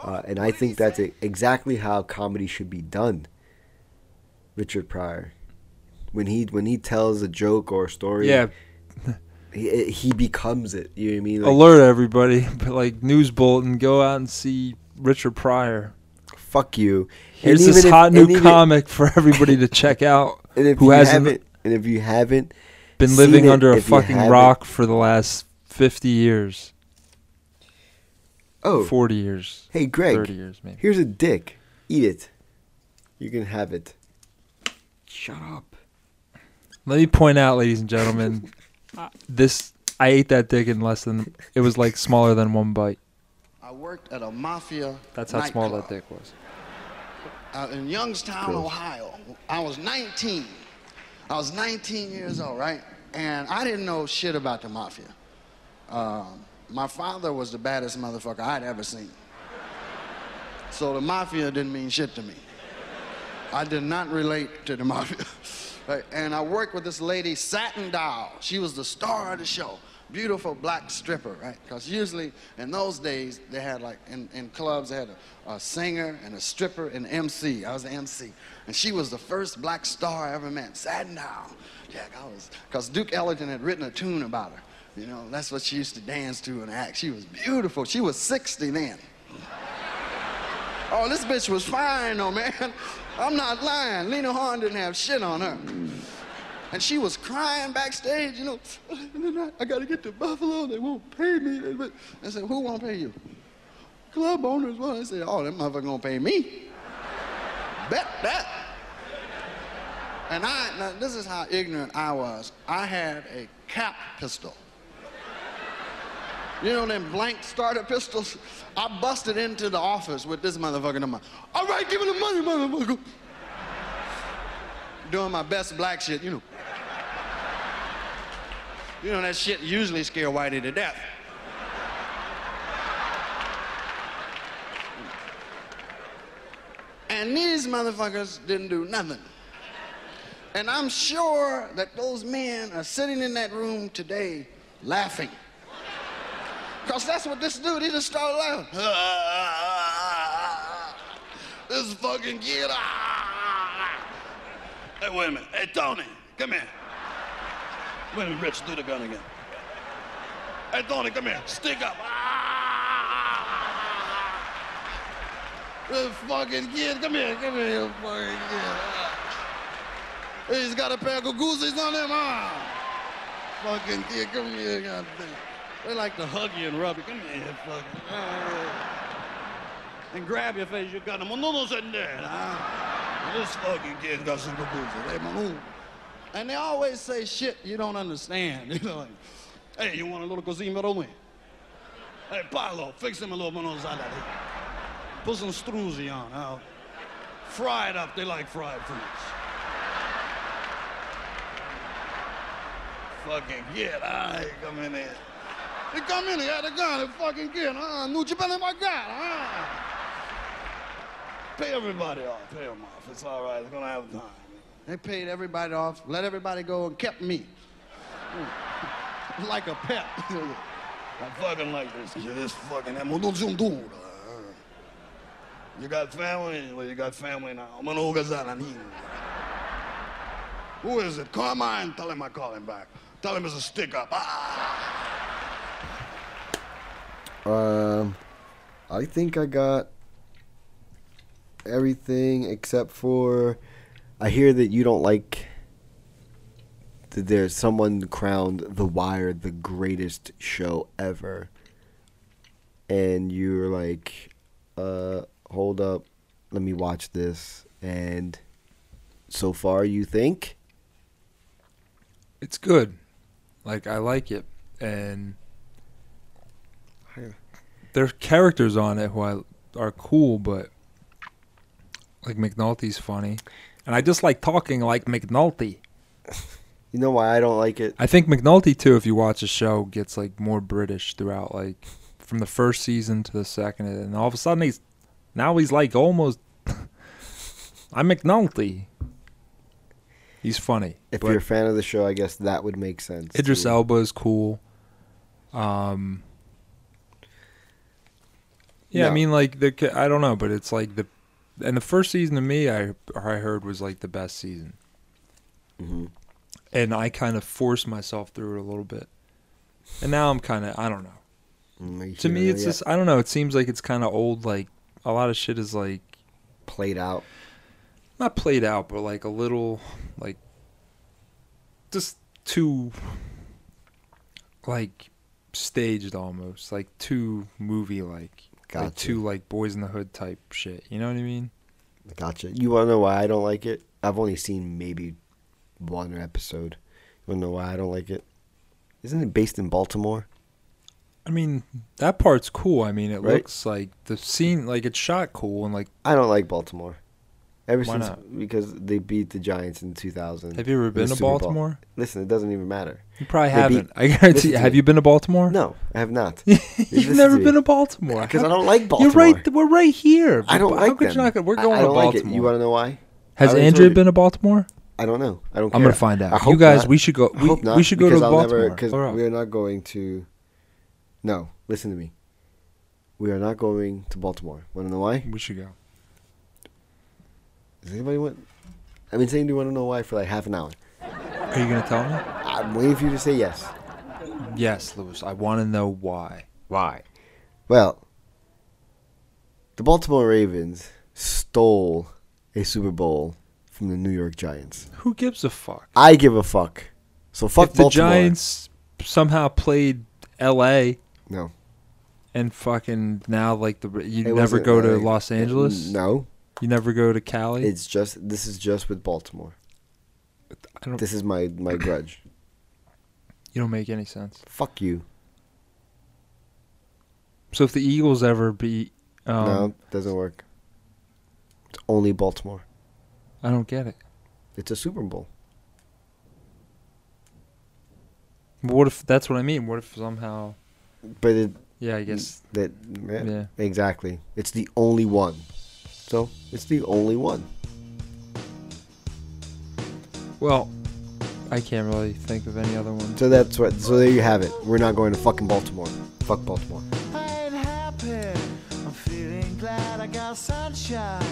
[SPEAKER 3] Uh, and I think that's e- exactly how comedy should be done. Richard Pryor, when he when he tells a joke or a story,
[SPEAKER 4] Yeah,
[SPEAKER 3] he, he becomes it. You know what I mean? Like,
[SPEAKER 4] (laughs) alert everybody! But like news bulletin, go out and see Richard Pryor.
[SPEAKER 3] fuck you.
[SPEAKER 4] Here's
[SPEAKER 3] And
[SPEAKER 4] this
[SPEAKER 3] even if-
[SPEAKER 4] hot
[SPEAKER 3] and
[SPEAKER 4] new
[SPEAKER 3] even-
[SPEAKER 4] comic for everybody to check out
[SPEAKER 3] (laughs) And if
[SPEAKER 4] who
[SPEAKER 3] you
[SPEAKER 4] hasn't
[SPEAKER 3] haven't, and if you haven't
[SPEAKER 4] been
[SPEAKER 3] seen
[SPEAKER 4] living
[SPEAKER 3] it,
[SPEAKER 4] under a
[SPEAKER 3] if you
[SPEAKER 4] fucking
[SPEAKER 3] haven't-
[SPEAKER 4] rock for the last 50 years.
[SPEAKER 3] Oh.
[SPEAKER 4] 40 years.
[SPEAKER 3] Hey, Greg.
[SPEAKER 4] 30 years, maybe.
[SPEAKER 3] Here's a dick. Eat it. You can have it. Shut up.
[SPEAKER 4] Let me point out, ladies
[SPEAKER 3] (laughs)
[SPEAKER 4] and gentlemen, this I ate that dick in less than it was like smaller than one bite.
[SPEAKER 12] I worked at a mafia.
[SPEAKER 4] That's how small
[SPEAKER 12] nightclub,
[SPEAKER 4] that dick was.
[SPEAKER 12] uh, in Youngstown,
[SPEAKER 4] Gross.
[SPEAKER 12] Ohio. I was 19. I was 19 years old, right? And I didn't know shit about the mafia. Um, my father was the baddest motherfucker I'd ever seen. So the mafia didn't mean shit to me. I did not relate to the mafia. (laughs) Right, And I worked with this lady, Satin Doll. She was the star of the show. Beautiful black stripper, right? Because usually in those days, they had like, in, in clubs, they had a, a singer and a stripper and MC. I was the MC. And she was the first black star I ever met, Satin Doll. Yeah, I was, because Duke Ellington had written a tune about her. You know, that's what she used to dance to and act. She was beautiful. She was 60 then. Oh, this bitch was fine though, man. (laughs) I'm not lying. Lena Horne didn't have shit on her. And she was crying backstage, you know. (laughs) I gotta get to Buffalo. They won't pay me. I said, who won't pay you? Club owners won't. I said, oh, that motherfucker gonna pay me. Bet that. And I, now, this is how ignorant I was. I had a cap pistol. You know them blank starter pistols? I busted into the office with this motherfucker in my, all right, give me the money, motherfucker. Doing my best black shit, you know. You know that shit usually scare Whitey to death. And these motherfuckers didn't do nothing. And I'm sure that those men are sitting in that room today laughing. Because that's what this dude, he just started laughing. (laughs) this fucking kid. ah.
[SPEAKER 13] Hey, wait a minute. Hey, Tony, come here. Wait a minute, Rich, do the gun again. Hey, Tony, come here. Stick up.
[SPEAKER 12] (laughs) This fucking kid, come here, come here, you fucking kid. He's got a pair of gooseys on him. Ah. Fucking kid, come here, goddamn. They like to hug you and rub you. Come here, fucking. ah. And grab your face, you got him. No, no, sitting there. ah. This fucking kid got some gooseys. Hey, my ooh. And they always say shit you don't understand. (laughs) You know, like,
[SPEAKER 13] Hey, you want a little Cosimiro win? Hey, Paolo, fix him a little monosada. Put some struzzi on, Al. Fry it up. They like fried foods.
[SPEAKER 12] fucking kid, ah, he come in here. He come in, he had a gun, he fucking kid,
[SPEAKER 13] uh,
[SPEAKER 12] ah, New Japan, oh my God, ah.
[SPEAKER 13] Pay everybody off. Pay them off. It's all right. They're going to have time.
[SPEAKER 12] They paid everybody off, let everybody go, and kept me. (laughs) like a pet.
[SPEAKER 13] (laughs) I fucking like this kid. This fucking Amodozundura. uh. You got family? Well, you got family now. Amonogazalanin. Who is it? Carmine? Tell him I call him back. Tell him it's a stick up. Ah!
[SPEAKER 3] Um, I think I got everything except for I hear that you don't like that there's someone crowned The Wire the greatest show ever, and you're like, uh, hold up, let me watch this, and so far you think
[SPEAKER 4] It's good. Like I like it and there's characters on it who I are cool but like McNulty's funny. And I just like talking like McNulty.
[SPEAKER 3] You know why I don't like it?
[SPEAKER 4] I think McNulty too, if you watch the show, gets like more British throughout, like from the first season to the second, and all of a sudden he's now he's like almost (laughs) I'm McNulty. He's funny.
[SPEAKER 3] if
[SPEAKER 4] but-
[SPEAKER 3] you're a fan of the show, I guess that would make sense.
[SPEAKER 4] Idris
[SPEAKER 3] too.
[SPEAKER 4] Elba is cool. Um, yeah, I
[SPEAKER 3] No.
[SPEAKER 4] mean, like the ca- I don't know, but it's like the and the first season to me, I I heard was like the best season, Mm-hmm.
[SPEAKER 3] Mhm.
[SPEAKER 4] and I kind of forced myself through it a little bit, and now I'm kind of I don't know.
[SPEAKER 3] Mm, you
[SPEAKER 4] to me,
[SPEAKER 3] know,
[SPEAKER 4] it's
[SPEAKER 3] yeah.
[SPEAKER 4] just I don't know. It seems like it's kind of old. Like a lot of shit is like
[SPEAKER 3] played out.
[SPEAKER 4] not played out, but like a little like just too like staged almost, like too movie like,
[SPEAKER 3] Gotcha.
[SPEAKER 4] like too like Boys in the Hood type shit. You know what I mean?
[SPEAKER 3] Gotcha. You want to know why I don't like it? I've only seen maybe one episode. You want to know why I don't like it? Isn't it based in Baltimore?
[SPEAKER 4] I mean that part's cool. I mean it
[SPEAKER 3] Right.
[SPEAKER 4] looks like the scene, like it's shot cool and like.
[SPEAKER 3] I don't like Baltimore. Ever
[SPEAKER 4] Why
[SPEAKER 3] since
[SPEAKER 4] not?
[SPEAKER 3] because they beat the Giants in 2000.
[SPEAKER 4] Have you ever
[SPEAKER 3] in the
[SPEAKER 4] been to
[SPEAKER 3] Super Bowl.
[SPEAKER 4] Baltimore?
[SPEAKER 3] Listen, it doesn't even matter.
[SPEAKER 4] You probably
[SPEAKER 3] They beat-
[SPEAKER 4] haven't. I guarantee.
[SPEAKER 3] Listen
[SPEAKER 4] You,
[SPEAKER 3] to
[SPEAKER 4] have
[SPEAKER 3] me.
[SPEAKER 4] you been to Baltimore? (laughs)
[SPEAKER 3] No, I have not.
[SPEAKER 4] You've never been to Baltimore
[SPEAKER 3] because I
[SPEAKER 4] How-
[SPEAKER 3] don't like
[SPEAKER 4] You're
[SPEAKER 3] Baltimore.
[SPEAKER 4] right. We're right here.
[SPEAKER 3] I don't
[SPEAKER 4] How
[SPEAKER 3] like
[SPEAKER 4] could
[SPEAKER 3] them.
[SPEAKER 4] You not, we're
[SPEAKER 3] I-
[SPEAKER 4] going
[SPEAKER 3] I don't
[SPEAKER 4] to
[SPEAKER 3] like it.
[SPEAKER 4] Baltimore.
[SPEAKER 3] You want to know why? I
[SPEAKER 4] Has
[SPEAKER 3] already
[SPEAKER 4] Andrea
[SPEAKER 3] told you.
[SPEAKER 4] been to Baltimore?
[SPEAKER 3] I don't know. I don't. Care.
[SPEAKER 4] I'm gonna find out.
[SPEAKER 3] I
[SPEAKER 4] You
[SPEAKER 3] hope
[SPEAKER 4] guys,
[SPEAKER 3] not.
[SPEAKER 4] we should go-
[SPEAKER 3] I
[SPEAKER 4] we-
[SPEAKER 3] hope
[SPEAKER 4] we should go to
[SPEAKER 3] because I'll never
[SPEAKER 4] Baltimore.
[SPEAKER 3] because
[SPEAKER 4] All right.
[SPEAKER 3] we are not going to. No, listen to me. We are not going to Baltimore. Want to know why?
[SPEAKER 4] We should go.
[SPEAKER 3] Does anybody want? I've been saying, do you want to know why for like half an hour?
[SPEAKER 4] Are you gonna tell me?
[SPEAKER 3] I'm waiting for you to say yes.
[SPEAKER 4] Yes, Lewis. I want to know why.
[SPEAKER 3] Why? Well, the Baltimore Ravens stole a Super Bowl from the New York Giants.
[SPEAKER 4] Who gives a fuck?
[SPEAKER 3] I give a fuck. So fuck
[SPEAKER 4] if the
[SPEAKER 3] Baltimore.
[SPEAKER 4] Giants somehow played L.A.
[SPEAKER 3] No.
[SPEAKER 4] And fucking now, like the you
[SPEAKER 3] It
[SPEAKER 4] never
[SPEAKER 3] wasn't
[SPEAKER 4] go to
[SPEAKER 3] LA.
[SPEAKER 4] Los Angeles.
[SPEAKER 3] uh, No.
[SPEAKER 4] You never go to Cali.
[SPEAKER 3] It's just this is just with Baltimore.
[SPEAKER 4] I don't-
[SPEAKER 3] This is my my grudge.
[SPEAKER 4] you don't make any sense.
[SPEAKER 3] Fuck you.
[SPEAKER 4] So if the Eagles ever beat, um,
[SPEAKER 3] no, doesn't work. It's only Baltimore.
[SPEAKER 4] I don't get it.
[SPEAKER 3] It's a Super Bowl.
[SPEAKER 4] What if that's what I mean? What if somehow?
[SPEAKER 3] But it
[SPEAKER 4] Yeah, I guess.
[SPEAKER 3] that yeah,
[SPEAKER 4] Yeah.
[SPEAKER 3] exactly. It's the only one. So it's the only one.
[SPEAKER 4] Well, I can't really think of any other one.
[SPEAKER 3] So that's what. So there you have it. We're not going to fucking Baltimore. Fuck Baltimore.
[SPEAKER 8] I'm happy. I'm feeling glad I got sunshine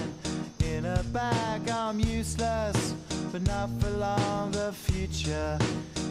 [SPEAKER 8] in a bag. I'm useless, but not for long. The future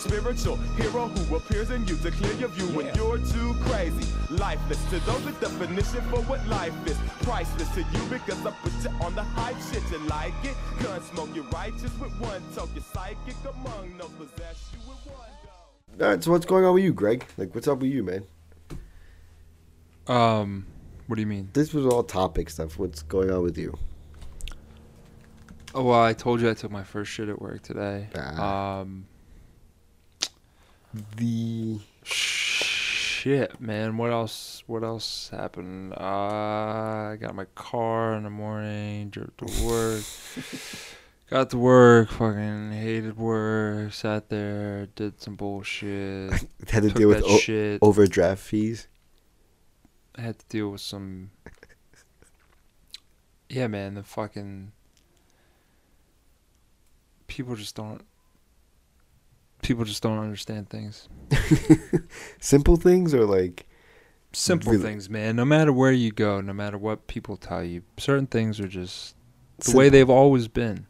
[SPEAKER 14] spiritual. Hero who appears in you to clear your view when you're too crazy. Lifeless to those, the definition for what life is. Priceless to you because I put you on the hype shit. You like it? Gun smoke, you're righteous with one toke. You're psychic among no possess you with one.
[SPEAKER 3] All right. So what's going on with you, Greg? Like, what's up with you, man?
[SPEAKER 4] Um, what do you mean?
[SPEAKER 3] This was all topic stuff. What's going on with you?
[SPEAKER 4] Oh well, I told you I took my first shit at work today. Um,
[SPEAKER 3] the
[SPEAKER 4] shit, man. What else? What else happened? Uh, I got my car in the morning. Drove to work.
[SPEAKER 3] (laughs)
[SPEAKER 4] got to work. Fucking hated work. Sat there. Did some bullshit.
[SPEAKER 3] (laughs) Had to
[SPEAKER 4] took
[SPEAKER 3] deal with
[SPEAKER 4] that
[SPEAKER 3] o-
[SPEAKER 4] shit.
[SPEAKER 3] overdraft fees.
[SPEAKER 4] I had to deal with some. Yeah, man, the fucking people just don't. People just don't understand things.
[SPEAKER 3] Simple things or like
[SPEAKER 4] Simple
[SPEAKER 3] really-
[SPEAKER 4] things, man. No matter where you go, no matter what people tell you, certain things are just the way
[SPEAKER 3] Simple.
[SPEAKER 4] they've always been.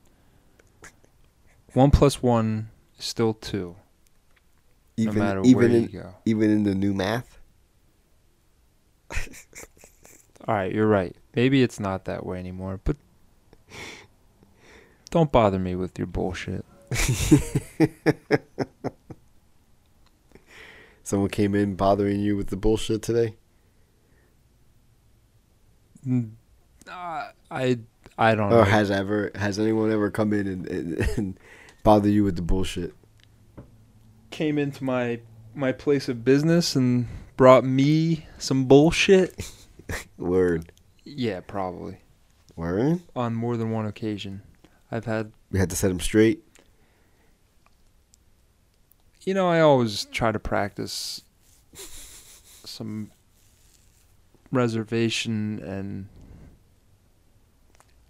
[SPEAKER 4] One plus one is still two.
[SPEAKER 3] Even
[SPEAKER 4] no matter
[SPEAKER 3] even
[SPEAKER 4] where
[SPEAKER 3] in,
[SPEAKER 4] you go.
[SPEAKER 3] even in the new math.
[SPEAKER 4] All right, you're right. Maybe it's not that way anymore, but (laughs) don't bother me with your bullshit.
[SPEAKER 3] Someone came in bothering you with the bullshit today.
[SPEAKER 4] Mm, uh, I I don't know.
[SPEAKER 3] Or Oh, has ever has anyone ever come in and, and, and bother you with the bullshit?
[SPEAKER 4] came into my my place of business and brought me some
[SPEAKER 3] (laughs)
[SPEAKER 4] bullshit.
[SPEAKER 3] Word.
[SPEAKER 4] Yeah, probably.
[SPEAKER 3] Word.
[SPEAKER 4] On more than one occasion, I've had.
[SPEAKER 3] We had to set him straight.
[SPEAKER 4] You know, I always try to practice some reservation and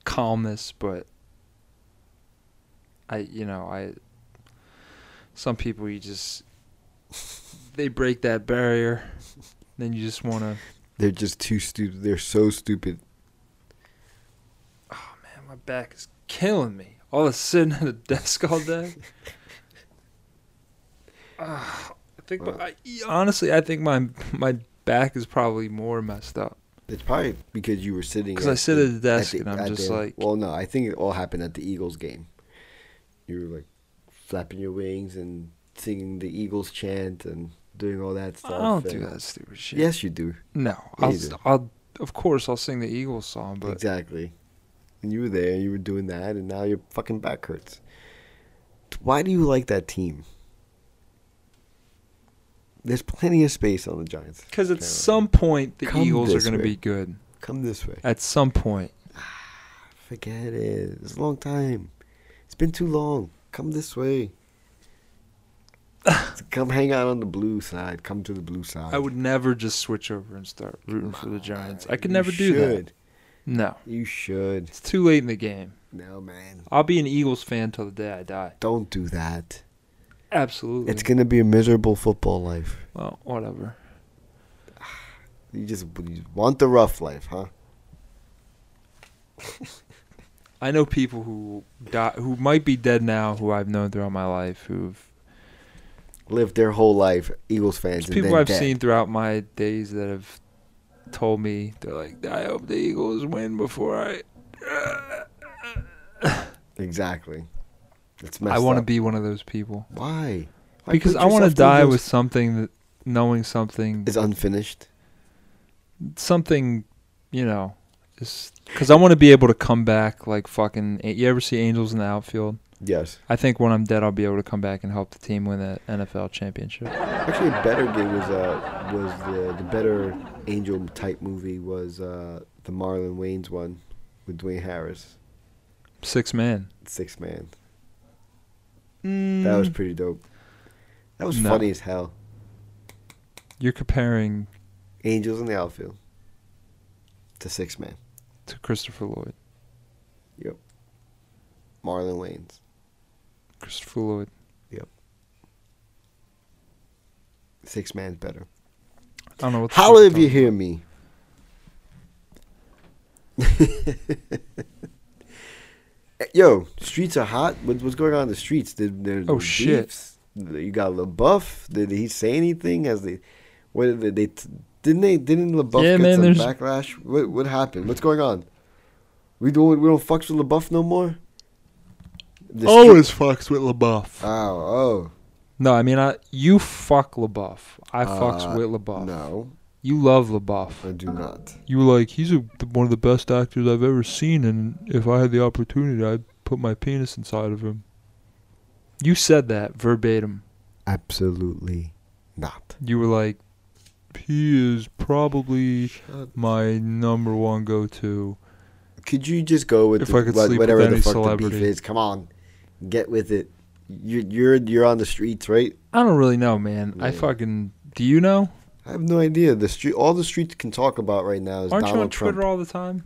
[SPEAKER 4] calmness, but I, you know, I. Some people you just they break that barrier, then you just want to.
[SPEAKER 3] They're just too stupid. They're so stupid.
[SPEAKER 4] Man, my back is killing me. All of sitting (laughs) at a desk
[SPEAKER 3] (laughs)
[SPEAKER 4] all day. Ah, I think my, I, honestly, I think my my back is probably more messed up.
[SPEAKER 3] It's probably because you were sitting.
[SPEAKER 4] 'Cause I sit at a desk and I'm just
[SPEAKER 3] the-
[SPEAKER 4] like-
[SPEAKER 3] Well, no, I think it all happened at the Eagles game. You were like flapping your wings and singing the Eagles chant and doing all that stuff.
[SPEAKER 4] I don't
[SPEAKER 3] and-
[SPEAKER 4] do that stupid shit.
[SPEAKER 3] Yes, you do.
[SPEAKER 4] No,
[SPEAKER 3] Yeah,
[SPEAKER 4] I'll,
[SPEAKER 3] you do.
[SPEAKER 4] I'll of course I'll sing the Eagles song, but
[SPEAKER 3] exactly. And you were there. You were doing that, and now your fucking back hurts. Why do you like that team? There's plenty of space on the Giants.
[SPEAKER 4] because at some point the
[SPEAKER 3] Come
[SPEAKER 4] Eagles are
[SPEAKER 3] this
[SPEAKER 4] going to
[SPEAKER 3] way.
[SPEAKER 4] be good.
[SPEAKER 3] Come this way.
[SPEAKER 4] At some point,
[SPEAKER 3] Forget it. It's a long time. It's been too long. Come this
[SPEAKER 4] (laughs)
[SPEAKER 3] way. Come hang out on the blue side. Come to the blue side.
[SPEAKER 4] I would never just switch over and start rooting for the Giants. I could
[SPEAKER 3] You
[SPEAKER 4] never do
[SPEAKER 3] should.
[SPEAKER 4] that. No,
[SPEAKER 3] You should.
[SPEAKER 4] it's too late in the game.
[SPEAKER 3] No, man.
[SPEAKER 4] I'll be an Eagles fan till the day I die.
[SPEAKER 3] Don't do that.
[SPEAKER 4] Absolutely.
[SPEAKER 3] It's gonna be a miserable football life.
[SPEAKER 4] well, whatever.
[SPEAKER 3] You just you want the rough life, huh?
[SPEAKER 4] I know people who die, who might be dead now, who I've known throughout my life, who've
[SPEAKER 3] Live their whole life, Eagles fans. And
[SPEAKER 4] people
[SPEAKER 3] then
[SPEAKER 4] I've
[SPEAKER 3] dead.
[SPEAKER 4] seen throughout my days that have told me they're like, I hope the Eagles win before I.
[SPEAKER 3] Exactly. It's messed
[SPEAKER 4] I want to
[SPEAKER 3] up.
[SPEAKER 4] be one of those people
[SPEAKER 3] Why? Why
[SPEAKER 4] because
[SPEAKER 3] put
[SPEAKER 4] I want
[SPEAKER 3] yourself
[SPEAKER 4] to
[SPEAKER 3] through
[SPEAKER 4] die
[SPEAKER 3] those-
[SPEAKER 4] with something that knowing something
[SPEAKER 3] is unfinished.
[SPEAKER 4] Something, you know, is because I want to be able to come back like fucking. You ever see Angels in the outfield?
[SPEAKER 3] Yes.
[SPEAKER 4] I think when I'm dead, I'll be able to come back and help the team win the NFL championship.
[SPEAKER 3] Actually, a better game was uh was the the better angel type movie was uh the Marlon Wayne's one with Dwayne Harris,
[SPEAKER 4] Six man.
[SPEAKER 3] Six Man. That was
[SPEAKER 4] Mm.
[SPEAKER 3] pretty dope. That was
[SPEAKER 4] No.
[SPEAKER 3] funny as hell.
[SPEAKER 4] You're comparing
[SPEAKER 3] Angels in the outfield to Six Man.
[SPEAKER 4] to Christopher Lloyd.
[SPEAKER 3] Yep. Marlon Wayne's.
[SPEAKER 4] Christopher Lloyd.
[SPEAKER 3] Yep. Six Man's better.
[SPEAKER 4] I don't know what. the fuck
[SPEAKER 3] Holler
[SPEAKER 4] I'm
[SPEAKER 3] if you
[SPEAKER 4] talking-
[SPEAKER 3] hear me. (laughs) Yo, streets are hot. What, what's going on in the streets? Did there
[SPEAKER 4] Oh, shit.
[SPEAKER 3] beefs? You got LaBeouf. Did he say anything? As they, what did they? they t- didn't they? Didn't LaBeouf
[SPEAKER 4] Yeah,
[SPEAKER 3] get
[SPEAKER 4] man,
[SPEAKER 3] some
[SPEAKER 4] there's-
[SPEAKER 3] backlash? What what happened? What's going on? We don't we don't fucks with LaBeouf no more. The
[SPEAKER 4] Always
[SPEAKER 3] street-
[SPEAKER 4] fucks with LaBeouf.
[SPEAKER 3] Oh, oh.
[SPEAKER 4] No, I mean, I you fuck LaBeouf. I
[SPEAKER 3] Uh,
[SPEAKER 4] fucks with LaBeouf.
[SPEAKER 3] No,
[SPEAKER 4] You love LaBeouf.
[SPEAKER 3] I do not.
[SPEAKER 4] You were like, he's a, one of the best actors I've ever seen, and if I had the opportunity, I'd put my penis inside of him. You said that verbatim.
[SPEAKER 3] Absolutely not.
[SPEAKER 4] You were like, he is probably my number one go-to.
[SPEAKER 3] Could you just go with
[SPEAKER 4] If
[SPEAKER 3] the-
[SPEAKER 4] I could
[SPEAKER 3] what-
[SPEAKER 4] sleep
[SPEAKER 3] whatever
[SPEAKER 4] with
[SPEAKER 3] the
[SPEAKER 4] any
[SPEAKER 3] fuck the beef
[SPEAKER 4] celebrity.
[SPEAKER 3] is? Come on, get with it. You're you're you're on the streets, right?
[SPEAKER 4] I don't really know, man. I
[SPEAKER 3] Yeah.
[SPEAKER 4] fucking. Do you know?
[SPEAKER 3] I have no idea. The street, all the streets can talk about right now is
[SPEAKER 4] Aren't
[SPEAKER 3] Donald
[SPEAKER 4] you on
[SPEAKER 3] Trump.
[SPEAKER 4] Twitter all the time?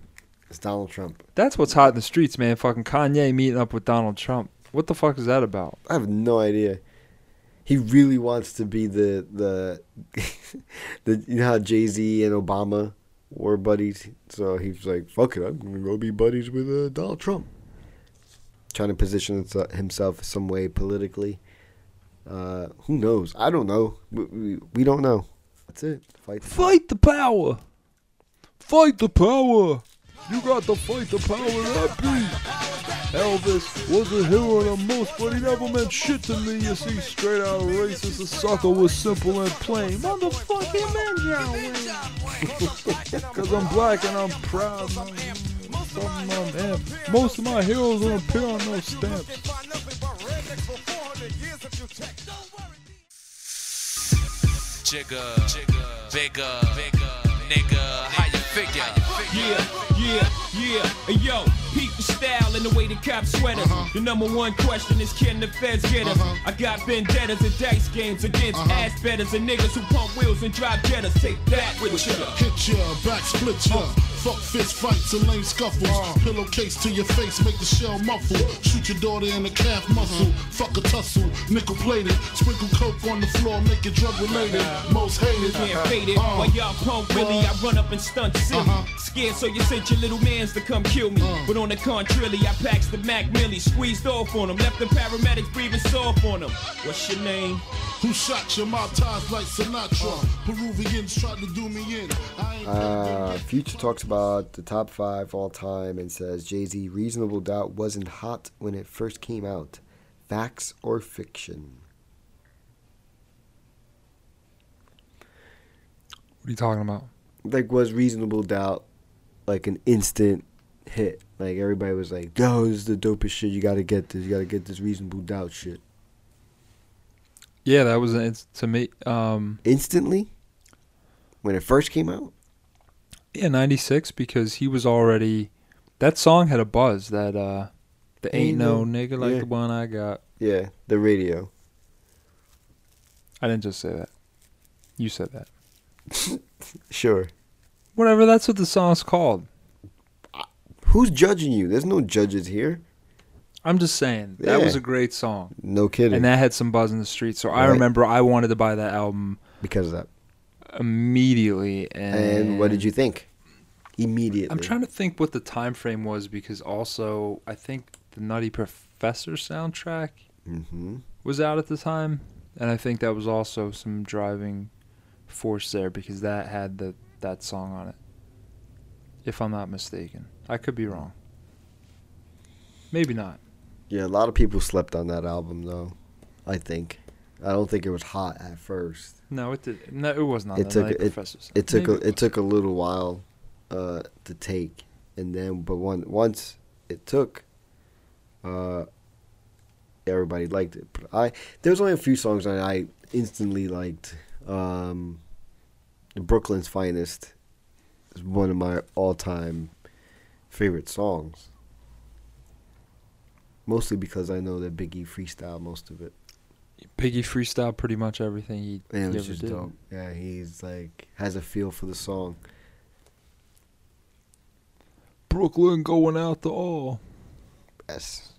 [SPEAKER 3] It's Donald Trump.
[SPEAKER 4] That's what's hot in the streets, man. Fucking Kanye meeting up with Donald Trump. What the fuck is that about?
[SPEAKER 3] I have no idea. He really wants to be the the (laughs) the you know how Jay Z and Obama were buddies, so he's like, "Fuck it, I'm gonna go be buddies with uh, Donald Trump." Trying to position himse- himself some way politically. Uh, who knows? I don't know. We, we, we don't know. That's it. Fight.
[SPEAKER 4] Fight the power. Fight the power. You got to fight the power that be. Elvis was a hero to most, but he never meant shit to me. You see, straight out racist, the sucker was simple and plain. Motherfucking man, (laughs) Cause I'm black and I'm proud. man. Something I'm am. Most of my heroes don't appear on no stamps.
[SPEAKER 15] Jigga. Jigga.
[SPEAKER 5] bigger, bigger, nigga, how you figure?
[SPEAKER 14] Yeah, yeah, yeah. Hey, yo, peep the style and the way the cops sweat 'em.
[SPEAKER 16] Uh-huh.
[SPEAKER 14] The number one question is can the feds get 'em? I got vendettas and dice games against
[SPEAKER 16] Uh-huh.
[SPEAKER 14] ass betters and niggas who pump wheels and drive jettas. Take that with ya.
[SPEAKER 16] Hit ya, back split ya. Fuck fist fights and lame scuffles. Pillowcase to your face, make the shell muffle. Shoot your daughter in the calf muscle. Fuck a tussle, nickel plated. Sprinkle coke on the floor, make it drug related. Most hated.
[SPEAKER 14] Can't fade it.
[SPEAKER 16] Uh-huh.
[SPEAKER 14] While y'all punk Willie, I run up and stunt silly. Scared, so you sent your little mans to come kill me.
[SPEAKER 16] Uh-huh.
[SPEAKER 14] But on the contrary, I packed the Mac Millie, squeezed off on 'em, left the paramedics breathing soft on 'em. What's your name? Uh-huh.
[SPEAKER 16] Who shot your mob ties like Sinatra? Peruvians tried to do me in. I ain't
[SPEAKER 3] Uh, Future talks about the top five all time and says Jay Z Reasonable Doubt wasn't hot when it first came out. Facts or fiction?
[SPEAKER 4] What are you talking about?
[SPEAKER 3] Like, was Reasonable Doubt like an instant hit? Like, everybody was like, yo, this is the dopest shit. You gotta get this. You gotta get this Reasonable Doubt shit.
[SPEAKER 4] Yeah, that was it's to me. Um,
[SPEAKER 3] Instantly? When it first came out?
[SPEAKER 4] yeah, '96 because he was already that song had a buzz that uh, the ain't,
[SPEAKER 3] Ain't
[SPEAKER 4] no,
[SPEAKER 3] no-
[SPEAKER 4] nigga like
[SPEAKER 3] yeah.
[SPEAKER 4] the one I got.
[SPEAKER 3] Yeah, the radio.
[SPEAKER 4] I didn't just say that. You said that.
[SPEAKER 3] Sure.
[SPEAKER 4] Whatever. That's what the song's called.
[SPEAKER 3] Who's judging you? There's no judges here.
[SPEAKER 4] I'm just saying that
[SPEAKER 3] Yeah.
[SPEAKER 4] was a great song.
[SPEAKER 3] No kidding.
[SPEAKER 4] And that had some buzz in the streets. So I
[SPEAKER 3] Right.
[SPEAKER 4] remember I wanted to buy that album
[SPEAKER 3] because of that
[SPEAKER 4] immediately. And,
[SPEAKER 3] And what did you think? Immediately.
[SPEAKER 4] I'm trying to think what the time frame was because also I think the Nutty Professor soundtrack
[SPEAKER 3] Mm-hmm.
[SPEAKER 4] was out at the time, and I think that was also some driving force there because that had the that song on it. If I'm not mistaken, I could be wrong. Maybe not.
[SPEAKER 3] Yeah, a lot of people slept on that album though. I think. I don't think it was hot at first.
[SPEAKER 4] No, it did. No, it was not.
[SPEAKER 3] it
[SPEAKER 4] the
[SPEAKER 3] took
[SPEAKER 4] Nutty
[SPEAKER 3] it,
[SPEAKER 4] Professor sound-
[SPEAKER 3] it took
[SPEAKER 4] Maybe
[SPEAKER 3] a, it took a little while uh, to take, and then but one once it took, uh, everybody liked it. But I there was only a few songs that I instantly liked. Um, Brooklyn's Finest is one of my all time favorite songs. Mostly because I know that Biggie freestyle most of it.
[SPEAKER 4] Biggie freestyle pretty much everything he,
[SPEAKER 3] And it was
[SPEAKER 4] he ever
[SPEAKER 3] just
[SPEAKER 4] did.
[SPEAKER 3] dope. Yeah, he's like has a feel for the song.
[SPEAKER 4] Brooklyn going out to all.
[SPEAKER 3] Yes.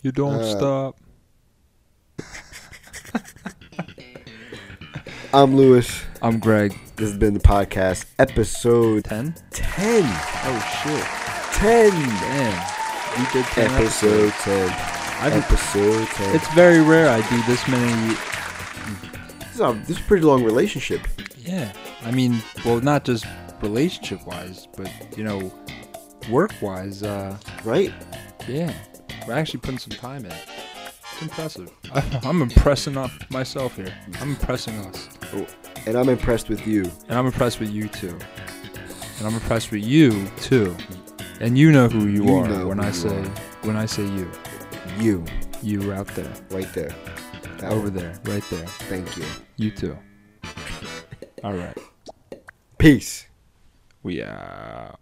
[SPEAKER 4] You don't
[SPEAKER 3] Uh,
[SPEAKER 4] stop.
[SPEAKER 3] I'm Lewis.
[SPEAKER 4] I'm Greg.
[SPEAKER 3] This has been the podcast episode
[SPEAKER 4] 10.
[SPEAKER 3] 10. Oh, shit. 10.
[SPEAKER 4] Man. We did 10
[SPEAKER 3] Episode
[SPEAKER 4] episodes.
[SPEAKER 3] 10.
[SPEAKER 4] did-
[SPEAKER 3] episode 10.
[SPEAKER 4] It's very rare I do this many.
[SPEAKER 3] This is, a, this is a pretty long relationship.
[SPEAKER 4] Yeah. I mean, well, not just relationship wise, but, you know, work wise. Uh,
[SPEAKER 3] right.
[SPEAKER 4] Yeah. We're actually putting some time in. It's impressive. I, (laughs) I'm impressing up myself here. I'm impressing us.
[SPEAKER 3] And I'm impressed with you.
[SPEAKER 4] And I'm impressed with you too. And I'm impressed with you too. And you know who you,
[SPEAKER 3] You
[SPEAKER 4] are
[SPEAKER 3] know
[SPEAKER 4] when
[SPEAKER 3] who
[SPEAKER 4] I
[SPEAKER 3] you
[SPEAKER 4] say
[SPEAKER 3] are.
[SPEAKER 4] when I say you.
[SPEAKER 3] You.
[SPEAKER 4] You out there.
[SPEAKER 3] Right there. That
[SPEAKER 4] Over
[SPEAKER 3] one.
[SPEAKER 4] there. Right there.
[SPEAKER 3] Thank you.
[SPEAKER 4] You too. All right.
[SPEAKER 3] Peace.
[SPEAKER 4] We out.